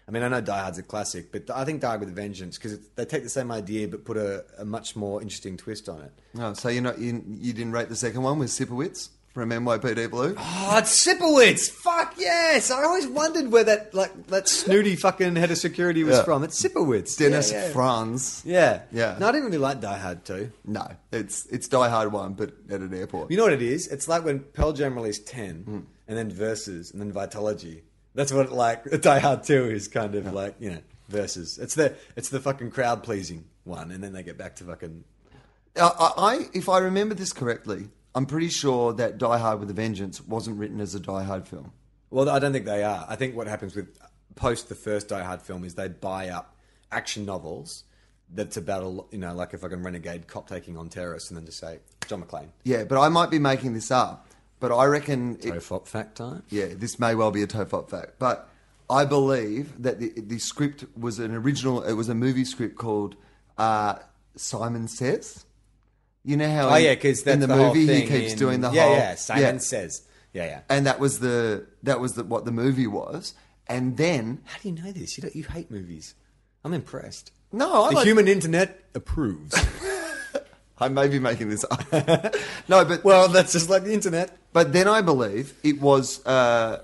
Speaker 2: I mean, I know Die Hard's a classic, but I think Die Hard with a Vengeance because they take the same idea but put a, a much more interesting twist on it.
Speaker 1: No, Oh, so you're not, you, you didn't rate the second one with Sipowitz from NYPD Blue?
Speaker 2: Oh, it's Sipowicz! Fuck yes! I always wondered where that like that snooty fucking head of security was
Speaker 1: Yeah.
Speaker 2: from. It's Sipowicz.
Speaker 1: Dennis
Speaker 2: yeah, yeah.
Speaker 1: Franz.
Speaker 2: Yeah,
Speaker 1: Yeah.
Speaker 2: No, I didn't really like Die Hard too.
Speaker 1: No, it's it's Die Hard one, but at an airport.
Speaker 2: You know what it is? It's like when Pearl Jam released Ten,
Speaker 1: Hmm.
Speaker 2: and then Versus, and then Vitology. That's what like Die Hard Two is kind of like you know Versus. It's the it's the fucking crowd pleasing one, and then they get back to fucking
Speaker 1: I, I, I- if I remember this correctly, I'm pretty sure that Die Hard with a Vengeance wasn't written as a Die Hard film.
Speaker 2: Well, I don't think they are. I think what happens with post the first Die Hard film is they buy up action novels that's about a lo- you know like a fucking renegade cop taking on terrorists, and then just say John McClane.
Speaker 1: Yeah, but I might be making this up. But I reckon, it,
Speaker 2: fact time.
Speaker 1: yeah, this may well be a tofop fact. But I believe that the, the script was an original. It was a movie script called uh, Simon Says. You know how?
Speaker 2: Oh
Speaker 1: in-
Speaker 2: yeah, because
Speaker 1: in
Speaker 2: that's
Speaker 1: the,
Speaker 2: the whole
Speaker 1: movie he
Speaker 2: thing
Speaker 1: keeps
Speaker 2: in-
Speaker 1: doing the
Speaker 2: yeah
Speaker 1: whole
Speaker 2: yeah Simon says yeah yeah.
Speaker 1: and that was the that was the, what the movie was. And then
Speaker 2: How do you know this? You don't, you hate movies. I'm impressed.
Speaker 1: no, I
Speaker 2: the
Speaker 1: like,
Speaker 2: human internet approves.
Speaker 1: I may be making this up. no, but
Speaker 2: well, that's just like the internet.
Speaker 1: But then I believe it was uh,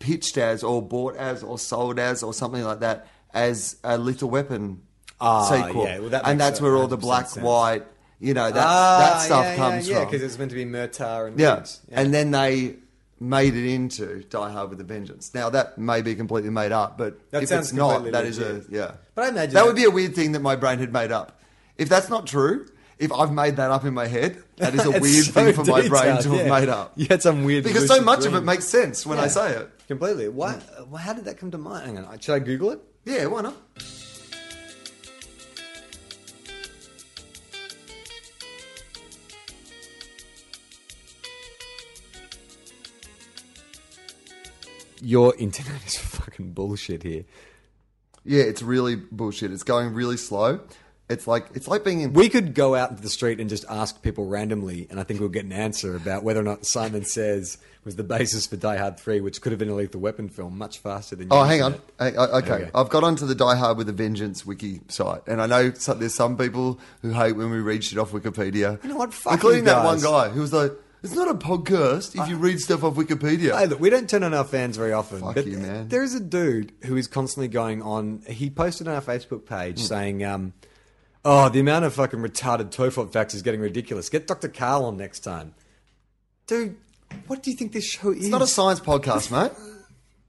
Speaker 1: pitched as, or bought as, or sold as, or something like that, as a Little Weapon
Speaker 2: Ah,
Speaker 1: sequel.
Speaker 2: yeah, well, that
Speaker 1: and
Speaker 2: makes
Speaker 1: that's where all the
Speaker 2: 100%
Speaker 1: black,
Speaker 2: sense.
Speaker 1: white, you know, that,
Speaker 2: Ah,
Speaker 1: that stuff
Speaker 2: yeah,
Speaker 1: comes
Speaker 2: yeah, yeah,
Speaker 1: from.
Speaker 2: because it's meant to be Murtar and
Speaker 1: yeah.
Speaker 2: things.
Speaker 1: and then they made it into Die Hard with a Vengeance. Now that may be completely made up, but
Speaker 2: That
Speaker 1: if
Speaker 2: sounds
Speaker 1: it's not,
Speaker 2: completely
Speaker 1: that is
Speaker 2: legit.
Speaker 1: a yeah.
Speaker 2: But I imagine
Speaker 1: that
Speaker 2: that-
Speaker 1: would be a weird thing that my brain had made up. If that's not true, if I've made that up in my head, that is a
Speaker 2: It's
Speaker 1: weird
Speaker 2: so
Speaker 1: thing for my brain
Speaker 2: detailed,
Speaker 1: to have
Speaker 2: yeah.
Speaker 1: made up.
Speaker 2: You had some weird
Speaker 1: because so
Speaker 2: lucid
Speaker 1: much of
Speaker 2: dream.
Speaker 1: it makes sense when I
Speaker 2: Yeah.
Speaker 1: say it.
Speaker 2: Completely. Why? uh, well, How did that come to mind? Hang on. Should I Google it?
Speaker 1: Yeah, why not?
Speaker 2: Your internet is fucking bullshit here.
Speaker 1: Yeah, it's really bullshit. It's going really slow. It's like it's like being in.
Speaker 2: We could go out into the street and just ask people randomly, and I think we'll get an answer about whether or not Simon Says was the basis for Die Hard 3, which could have been a lethal weapon film much faster than
Speaker 1: Oh,
Speaker 2: your
Speaker 1: hang on.
Speaker 2: internet.
Speaker 1: Hang- o- okay.
Speaker 2: Okay.
Speaker 1: I've got onto the Die Hard with a Vengeance wiki site, and I know some, there's some people who hate when we read shit off Wikipedia.
Speaker 2: You know what? Fuck
Speaker 1: including
Speaker 2: you
Speaker 1: that one
Speaker 2: guys.
Speaker 1: guy who was like, "It's not a podcast if you read stuff off Wikipedia."
Speaker 2: Hey, look, we don't turn on our fans very often.
Speaker 1: Fuck
Speaker 2: but
Speaker 1: you, man.
Speaker 2: There is a dude who is constantly going on. He posted on our Facebook page
Speaker 1: Hmm.
Speaker 2: saying, um, "Oh, the amount of fucking retarded tofop facts is getting ridiculous. Get Dr. Carl on next time, dude. What do you think this show is?
Speaker 1: it's not a science podcast, mate.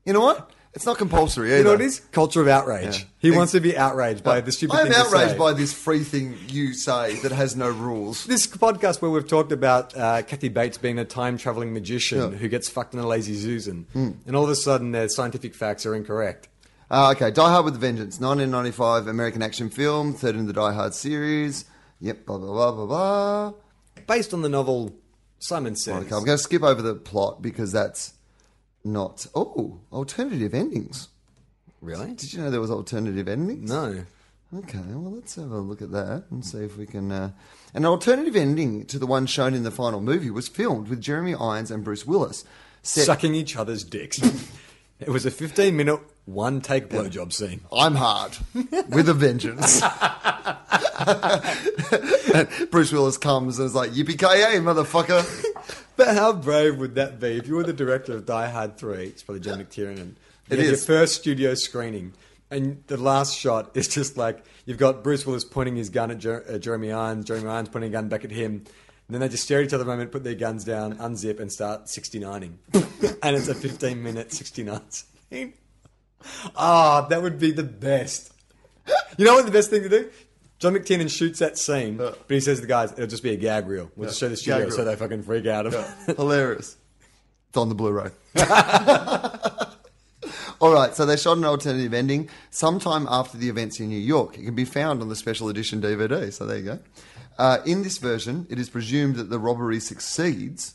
Speaker 1: You know what? It's not compulsory either.
Speaker 2: you know what it is? Culture of outrage.
Speaker 1: Yeah.
Speaker 2: He
Speaker 1: Ex-
Speaker 2: wants to be outraged by the stupid.
Speaker 1: I am
Speaker 2: thing to
Speaker 1: outraged
Speaker 2: say.
Speaker 1: by this free thing you say that has no rules.
Speaker 2: this podcast where we've talked about uh, Kathy Bates being a time traveling magician
Speaker 1: Yeah. Hmm.
Speaker 2: who gets fucked in a lazy Susan, and all of a sudden their scientific facts are incorrect.
Speaker 1: Uh, okay, Die Hard with a Vengeance, 1995 American action film, third in the Die Hard series. Yep, blah, blah, blah, blah, blah.
Speaker 2: based on the novel Simon Says.
Speaker 1: Okay, I'm going to skip over the plot because that's not. Oh, alternative endings.
Speaker 2: Really?
Speaker 1: Did you know there was alternative endings?
Speaker 2: No.
Speaker 1: Okay, well, let's have a look at that and see if we can. Uh... An alternative ending to the one shown in the final movie was filmed with Jeremy Irons and Bruce Willis. Set-
Speaker 2: Sucking each other's dicks. it was a 15 minute one take blowjob scene.
Speaker 1: I'm hard with a vengeance. And Bruce Willis comes and is like, Yippee ki motherfucker.
Speaker 2: But how brave would that be if you were the director of Die Hard 3? It's probably John McTiernan. And
Speaker 1: It
Speaker 2: you have
Speaker 1: is.
Speaker 2: Your first studio screening. And the last shot is just like you've got Bruce Willis pointing his gun at Jer- uh, Jeremy Irons, Jeremy Irons pointing a gun back at him. And then they just stare at each other a moment, put their guns down, unzip, and start 69ing. and it's a 15 minute 69 scene. Ah, that would be the best. You know what the best thing to do? John McTiernan shoots that scene, but he says to the guys, it'll just be a gag reel. We'll just show the studio
Speaker 1: Uh. Gag
Speaker 2: so
Speaker 1: reel.
Speaker 2: they fucking freak out. about it.
Speaker 1: Hilarious. It's on the Blu-ray. All right, so they shot an alternative ending sometime after the events in New York. It can be found on the special edition DVD. So there you go. Uh, in this version, it is presumed that the robbery succeeds,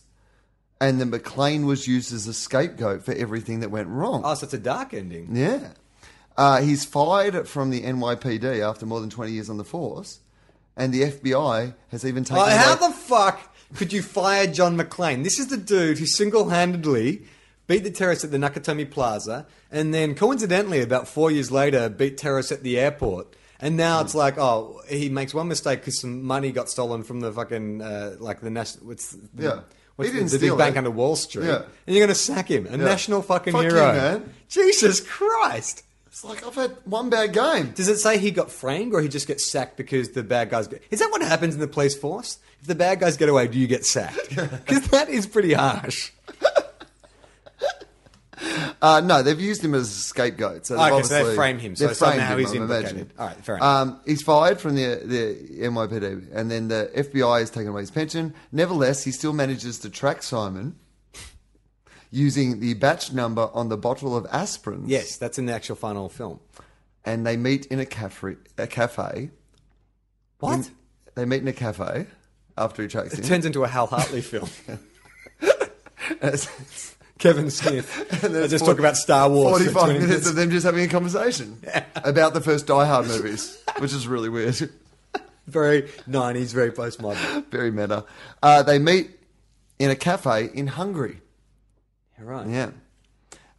Speaker 1: and then McLean was used as a scapegoat for everything that went wrong.
Speaker 2: Oh, so it's a dark ending.
Speaker 1: Yeah. Uh, he's fired from the NYPD after more than 20 years on the force, and the FBI has even taken
Speaker 2: Oh, how
Speaker 1: away-
Speaker 2: the fuck Could you fire John McClane? This is the dude who single handedly beat the terrorists at the Nakatomi Plaza and then coincidentally, about four years later, beat terrorists at the airport. And now
Speaker 1: Hmm.
Speaker 2: it's like, oh, he makes one mistake because some money got stolen from the fucking, uh, like the national, what's, the,
Speaker 1: Yeah.
Speaker 2: what's
Speaker 1: He didn't
Speaker 2: the, the big
Speaker 1: steal
Speaker 2: bank
Speaker 1: it.
Speaker 2: under Wall Street.
Speaker 1: Yeah.
Speaker 2: And you're going to sack him. A
Speaker 1: Yeah.
Speaker 2: national fucking
Speaker 1: Fuck you,
Speaker 2: hero.
Speaker 1: man.
Speaker 2: Jesus Christ.
Speaker 1: It's like I've had one bad game.
Speaker 2: Does it say he got framed or he just gets sacked because the bad guys get. Is that what happens in the police force? If the bad guys get away, do you get sacked? Because that is pretty harsh.
Speaker 1: Uh, no, they've used him as a scapegoat. So they've
Speaker 2: Okay, so they
Speaker 1: obviously-
Speaker 2: frame him, so
Speaker 1: they've
Speaker 2: somehow
Speaker 1: framed him,
Speaker 2: he's
Speaker 1: I'm
Speaker 2: implicated.
Speaker 1: imagining.
Speaker 2: All right, fair enough.
Speaker 1: Um, he's fired from the the NYPD, and then the FBI is taking away his pension. Nevertheless, he still manages to track Simon using the batch number on the bottle of aspirin.
Speaker 2: Yes, that's in the actual final film.
Speaker 1: and they meet in a cafe. A cafe.
Speaker 2: What?
Speaker 1: In- they meet in a cafe after he tracks
Speaker 2: it
Speaker 1: him.
Speaker 2: turns into a Hal Hartley film. Kevin Smith.
Speaker 1: And
Speaker 2: They
Speaker 1: there's
Speaker 2: just
Speaker 1: four-
Speaker 2: talk about Star Wars. for
Speaker 1: 45
Speaker 2: 20
Speaker 1: minutes, of them just having a conversation about the first Die Hard movies, which is really weird.
Speaker 2: Very 90s, very postmodern.
Speaker 1: Very meta. Uh, they meet in a cafe in Hungary.
Speaker 2: You're right.
Speaker 1: Yeah.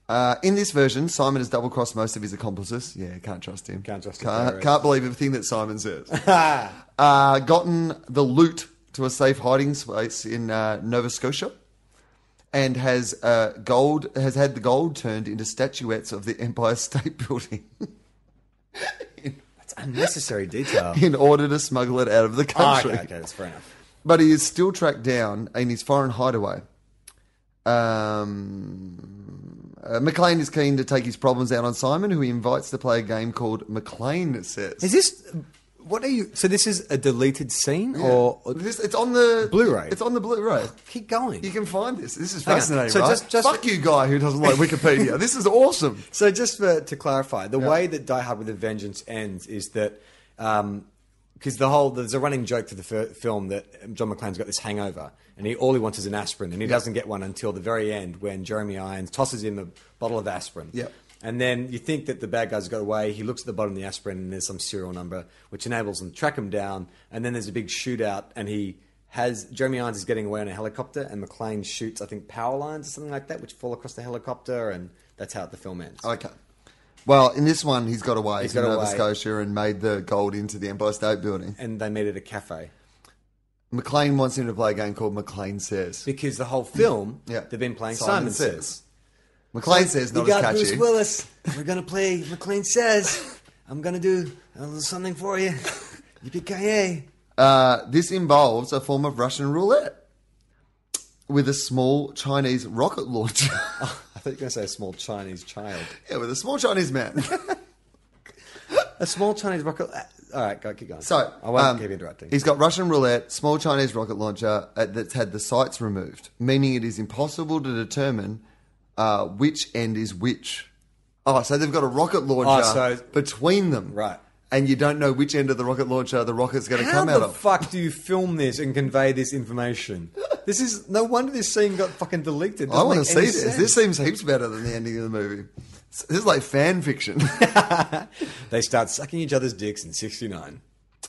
Speaker 1: Uh, in this version, Simon has double crossed most of his accomplices. Yeah, can't trust him.
Speaker 2: Can't trust Ah. the
Speaker 1: can't,
Speaker 2: terrorists.
Speaker 1: can't believe everything that Simon says. uh, gotten the loot to a safe hiding space in uh, Nova Scotia, and has uh, gold has had the gold turned into statuettes of the Empire State Building
Speaker 2: That's unnecessary detail.
Speaker 1: in order to smuggle it out of the
Speaker 2: Ah,
Speaker 1: country.
Speaker 2: okay, okay, that's fair enough.
Speaker 1: But he is still tracked down in his foreign hideaway. Um, uh, McLean is keen to take his problems out on Simon, who he invites to play a game called McLean Says.
Speaker 2: Is this. What are you. So this is a deleted scene? Or. or-
Speaker 1: This- it's on the
Speaker 2: Blu-ray.
Speaker 1: It's on the Blu-ray.
Speaker 2: Keep going.
Speaker 1: You can find this. This is
Speaker 2: Hang on.
Speaker 1: fascinating,
Speaker 2: So
Speaker 1: right?
Speaker 2: just- just-
Speaker 1: Fuck you, guy who doesn't like Wikipedia. this is awesome.
Speaker 2: So just for, to clarify, the way that Die Hard with a Vengeance ends is that because the whole there's a running joke to the fir- film that John McClane's got this hangover and he all he wants is an aspirin and he doesn't get one until the very end when Jeremy Irons tosses him a bottle of aspirin.
Speaker 1: Yeah.
Speaker 2: And then you think that the bad guys got away. He looks at the bottom of the aspirin and there's some serial number which enables them to track him down. And then there's a big shootout and he has Jeremy Irons is getting away on a helicopter and McClane shoots I think power lines or something like that which fall across the helicopter and that's how the film ends.
Speaker 1: Okay. Well, in this one, he's got away
Speaker 2: He's
Speaker 1: to
Speaker 2: got
Speaker 1: Nova
Speaker 2: away.
Speaker 1: Scotia and made the gold into the Empire State Building.
Speaker 2: and they met at a cafe
Speaker 1: McLean wants him to play a game called McLean Says.
Speaker 2: because the whole film
Speaker 1: Yeah.
Speaker 2: they've been playing Mm. Simon,
Speaker 1: Simon
Speaker 2: Says.
Speaker 1: Says. McLean Says not
Speaker 2: we got
Speaker 1: as catchy.
Speaker 2: Bruce Willis. We're gonna play McLean Says. I'm gonna do a little something for you. Yippee
Speaker 1: Uh, this involves a form of Russian roulette with a small Chinese rocket launcher.
Speaker 2: I thought you were gonna say a small Chinese child.
Speaker 1: yeah, with a small Chinese man.
Speaker 2: A small Chinese rocket. uh, All right, go keep going.
Speaker 1: So
Speaker 2: I won't
Speaker 1: um,
Speaker 2: keep interrupting.
Speaker 1: He's got Russian roulette, small Chinese rocket launcher uh, that's had the sights removed, meaning it is impossible to determine uh, which end is which. Oh, so they've got a rocket launcher
Speaker 2: Oh, so-
Speaker 1: between them,
Speaker 2: Right.
Speaker 1: And you don't know which end of the rocket launcher the rocket's going to
Speaker 2: How
Speaker 1: come out
Speaker 2: the
Speaker 1: of.
Speaker 2: fuck do you film this and convey this information? This is no wonder this scene got fucking deleted.
Speaker 1: I want to see this. This seems heaps better than the ending of the movie. This is like fan fiction.
Speaker 2: They start sucking each other's dicks in '69.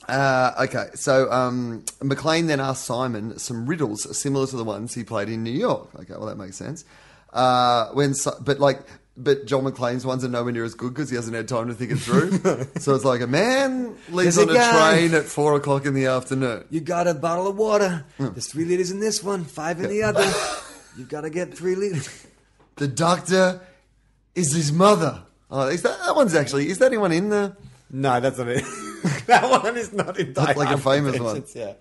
Speaker 1: Uh, okay, so um, McLean then asked Simon some riddles similar to the ones he played in New York. Okay, well that makes sense. Uh, when, Si- but like, but John McLean's ones are nowhere near as good because he hasn't had time to think it through. so it's like a man leaves
Speaker 2: There's a
Speaker 1: on a,
Speaker 2: guy.
Speaker 1: train at four o'clock in the afternoon.
Speaker 2: You got a bottle of water.
Speaker 1: Hmm.
Speaker 2: There's three liters in this one, five in the other. You've got to get three liters.
Speaker 1: The doctor is his mother. Oh, is that that one's actually? Is that anyone in the?
Speaker 2: No, that's not it. that one is not in
Speaker 1: That's like a famous one.
Speaker 2: Yeah.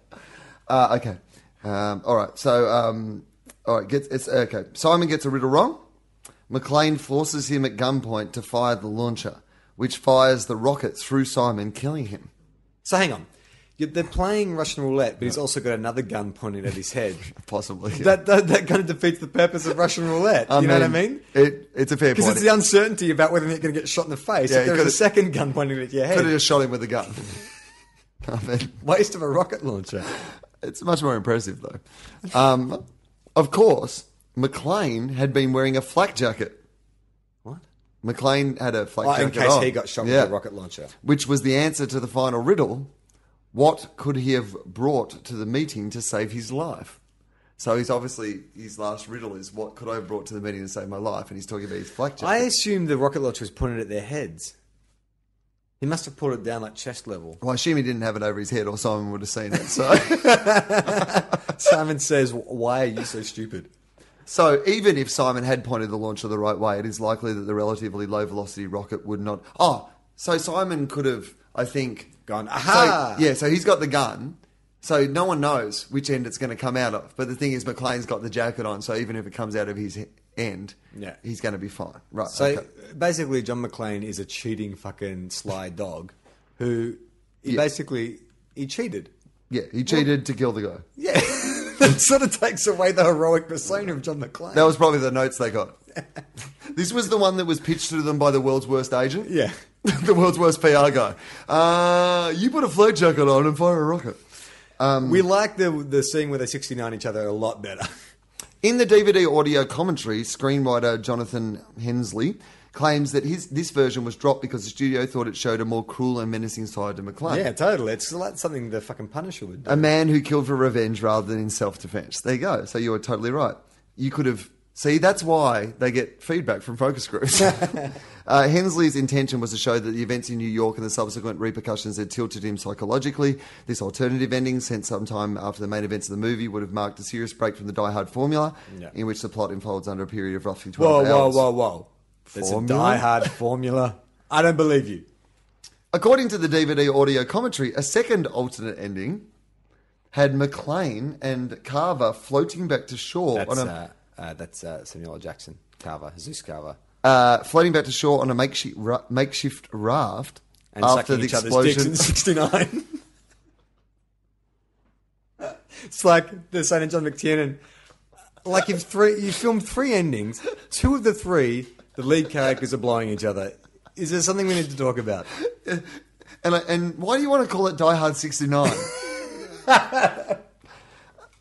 Speaker 1: Uh, okay. Um, all right. So, um, all right. Gets, it's okay. Simon gets a riddle wrong. McLean forces him at gunpoint to fire the launcher, which fires the rocket through Simon, killing him.
Speaker 2: So hang on. You- They're playing Russian roulette, but he's also got another gun pointed at his head.
Speaker 1: Possibly.
Speaker 2: That, that that kind of defeats the purpose of Russian roulette. you know what I mean?
Speaker 1: It, it's a fair
Speaker 2: Because
Speaker 1: point.
Speaker 2: it's the uncertainty about whether they're going to get shot in the face.
Speaker 1: Yeah,
Speaker 2: if
Speaker 1: he
Speaker 2: there was a
Speaker 1: could've-
Speaker 2: second gun pointed at your
Speaker 1: Could have
Speaker 2: head,
Speaker 1: just shot him with a gun. I mean,
Speaker 2: waste of a rocket launcher.
Speaker 1: it's much more impressive, though. Um, of course, McLean had been wearing a flak jacket.
Speaker 2: What?
Speaker 1: McLean had a flak
Speaker 2: Oh,
Speaker 1: jacket
Speaker 2: in case
Speaker 1: on.
Speaker 2: he got shot
Speaker 1: Yeah.
Speaker 2: with a rocket launcher.
Speaker 1: which was the answer to the final riddle. What could he have brought to the meeting to save his life? So he's obviously his last riddle is what could I have brought to the meeting to save my life, and he's talking about his flak
Speaker 2: I
Speaker 1: jacket.
Speaker 2: assumed the rocket launcher was pointed at their heads. He must have pulled it down like chest level.
Speaker 1: well, I assume he didn't have it over his head, or Simon would have seen it. So,
Speaker 2: Simon says, "Why are you so stupid?"
Speaker 1: so even if Simon had pointed the launcher the right way, it is likely that the relatively low velocity rocket would not. Oh, so Simon could have, I think,
Speaker 2: Gone,
Speaker 1: So-
Speaker 2: "Aha!"
Speaker 1: yeah, so he's got the gun. So no one knows which end it's going to come out of. But the thing is, McLean's got the jacket on, so even if it comes out of his he- end,
Speaker 2: Yeah.
Speaker 1: he's going to be fine. Right.
Speaker 2: So
Speaker 1: okay.
Speaker 2: basically, John McClane is a cheating fucking sly dog who he basically he cheated.
Speaker 1: yeah, he cheated to kill the guy.
Speaker 2: Yeah, that sort of takes away the heroic persona of John McClane.
Speaker 1: That was probably the notes they got. this was the one that was pitched to them by the world's worst agent.
Speaker 2: Yeah.
Speaker 1: the world's worst PR guy. Uh, you put a float jacket on and fire a rocket.
Speaker 2: we like the the scene where they sixty nine each other a lot better.
Speaker 1: In the DVD audio commentary, screenwriter Jonathan Hensley claims that his this version was dropped because the studio thought it showed a more cruel and menacing side to McLean.
Speaker 2: yeah, totally. It's like something the fucking Punisher would do.
Speaker 1: A man who killed for revenge rather than in self defense. There you go. So you were totally right. You could have. See, that's why they get feedback from focus groups. uh, Hensley's intention was to show that the events in New York and the subsequent repercussions had tilted him psychologically. This alternative ending, sent sometime after the main events of the movie, would have marked a serious break from the Die Hard formula,
Speaker 2: Yeah.
Speaker 1: in which the plot unfolds under a period of roughly
Speaker 2: whoa,
Speaker 1: 12
Speaker 2: whoa,
Speaker 1: hours.
Speaker 2: whoa, whoa! It's a
Speaker 1: Formula?
Speaker 2: die-hard formula. I don't believe you.
Speaker 1: According to the DVD audio commentary, a second alternate ending had McLean and Carver floating back to shore
Speaker 2: That's
Speaker 1: on a
Speaker 2: uh, uh, that's uh, Samuel L. Jackson, Carver, Jesus Carver,
Speaker 1: uh, floating back to shore on a makeshift, ra- makeshift raft
Speaker 2: and
Speaker 1: after
Speaker 2: sucking
Speaker 1: the
Speaker 2: each other's dicks
Speaker 1: explosion.
Speaker 2: in '69. it's like the Saint John McTiernan. Like you've three, you filmed three endings. Two of the three, the lead characters are blowing each other. Is there something we need to talk about?
Speaker 1: And, I, and why do you want to call it Die Hard 69?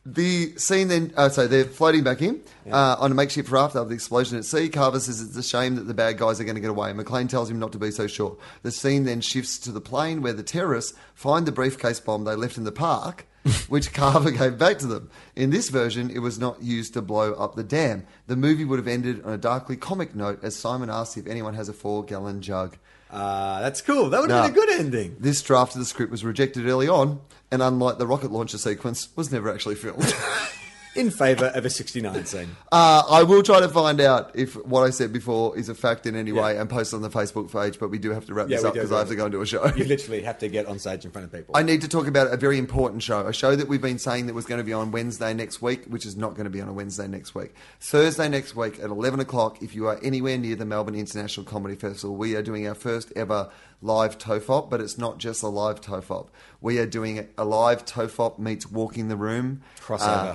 Speaker 1: the scene then, uh, so they're floating back in uh, on a makeshift raft after the explosion at sea. Carver says it's a shame that the bad guys are going to get away. McLean tells him not to be so sure. The scene then shifts to the plane where the terrorists find the briefcase bomb they left in the park. which Carver gave back to them. In this version, it was not used to blow up the dam. The movie would have ended on a darkly comic note as Simon asks if anyone has a four gallon jug.
Speaker 2: Uh, that's cool. That would have
Speaker 1: No.
Speaker 2: been a good ending.
Speaker 1: This draft of the script was rejected early on, and unlike the rocket launcher sequence, was never actually filmed.
Speaker 2: In favour of a '69 scene.
Speaker 1: uh, I will try to find out if what I said before is a fact in any way
Speaker 2: Yeah.
Speaker 1: and post it on the Facebook page, but we do have to wrap
Speaker 2: Yeah,
Speaker 1: this
Speaker 2: we
Speaker 1: up
Speaker 2: do,
Speaker 1: because
Speaker 2: do.
Speaker 1: I have to go and do a show.
Speaker 2: You literally have to get on stage in front of people.
Speaker 1: I need to talk about a very important show, a show that we've been saying that was going to be on Wednesday next week, which is not going to be on a Wednesday next week. Thursday next week at 11 o'clock, if you are anywhere near the Melbourne International Comedy Festival, we are doing our first ever live TOEFOP, but it's not just a live TOEFOP. We are doing a live TOEFOP meets Walking the Room. uh,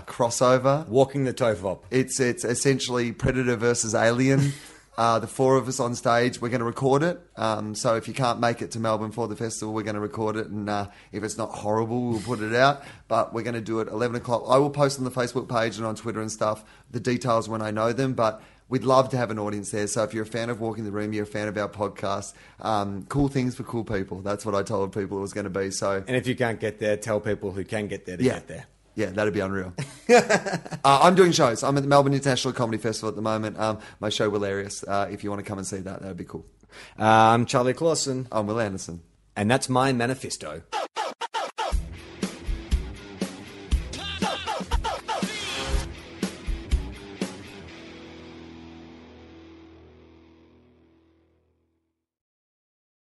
Speaker 2: Crossover.
Speaker 1: crossover.
Speaker 2: Walking the Tovop.
Speaker 1: It's it's essentially Predator versus Alien. Uh, the four of us on stage, we're going to record it. Um, so if you can't make it to Melbourne for the festival, we're going to record it. And uh, if it's not horrible, we'll put it out. But we're going to do it 11 o'clock. I will post on the Facebook page and on Twitter and stuff the details when I know them. But we'd love to have an audience there. So if you're a fan of Walking the Room, you're a fan of our podcast, um, cool things for cool people. That's what I told people it was going to be. So
Speaker 2: And if you can't get there, tell people who can get there to get there.
Speaker 1: yeah, that'd be unreal. uh, I'm doing shows. I'm at the Melbourne International Comedy Festival at the moment. Um, my show, Hilarious. Uh, if you want to come and see that, that'd be cool.
Speaker 2: Uh, I'm Charlie Clausen,
Speaker 1: I'm Will Anderson.
Speaker 2: and that's my manifesto.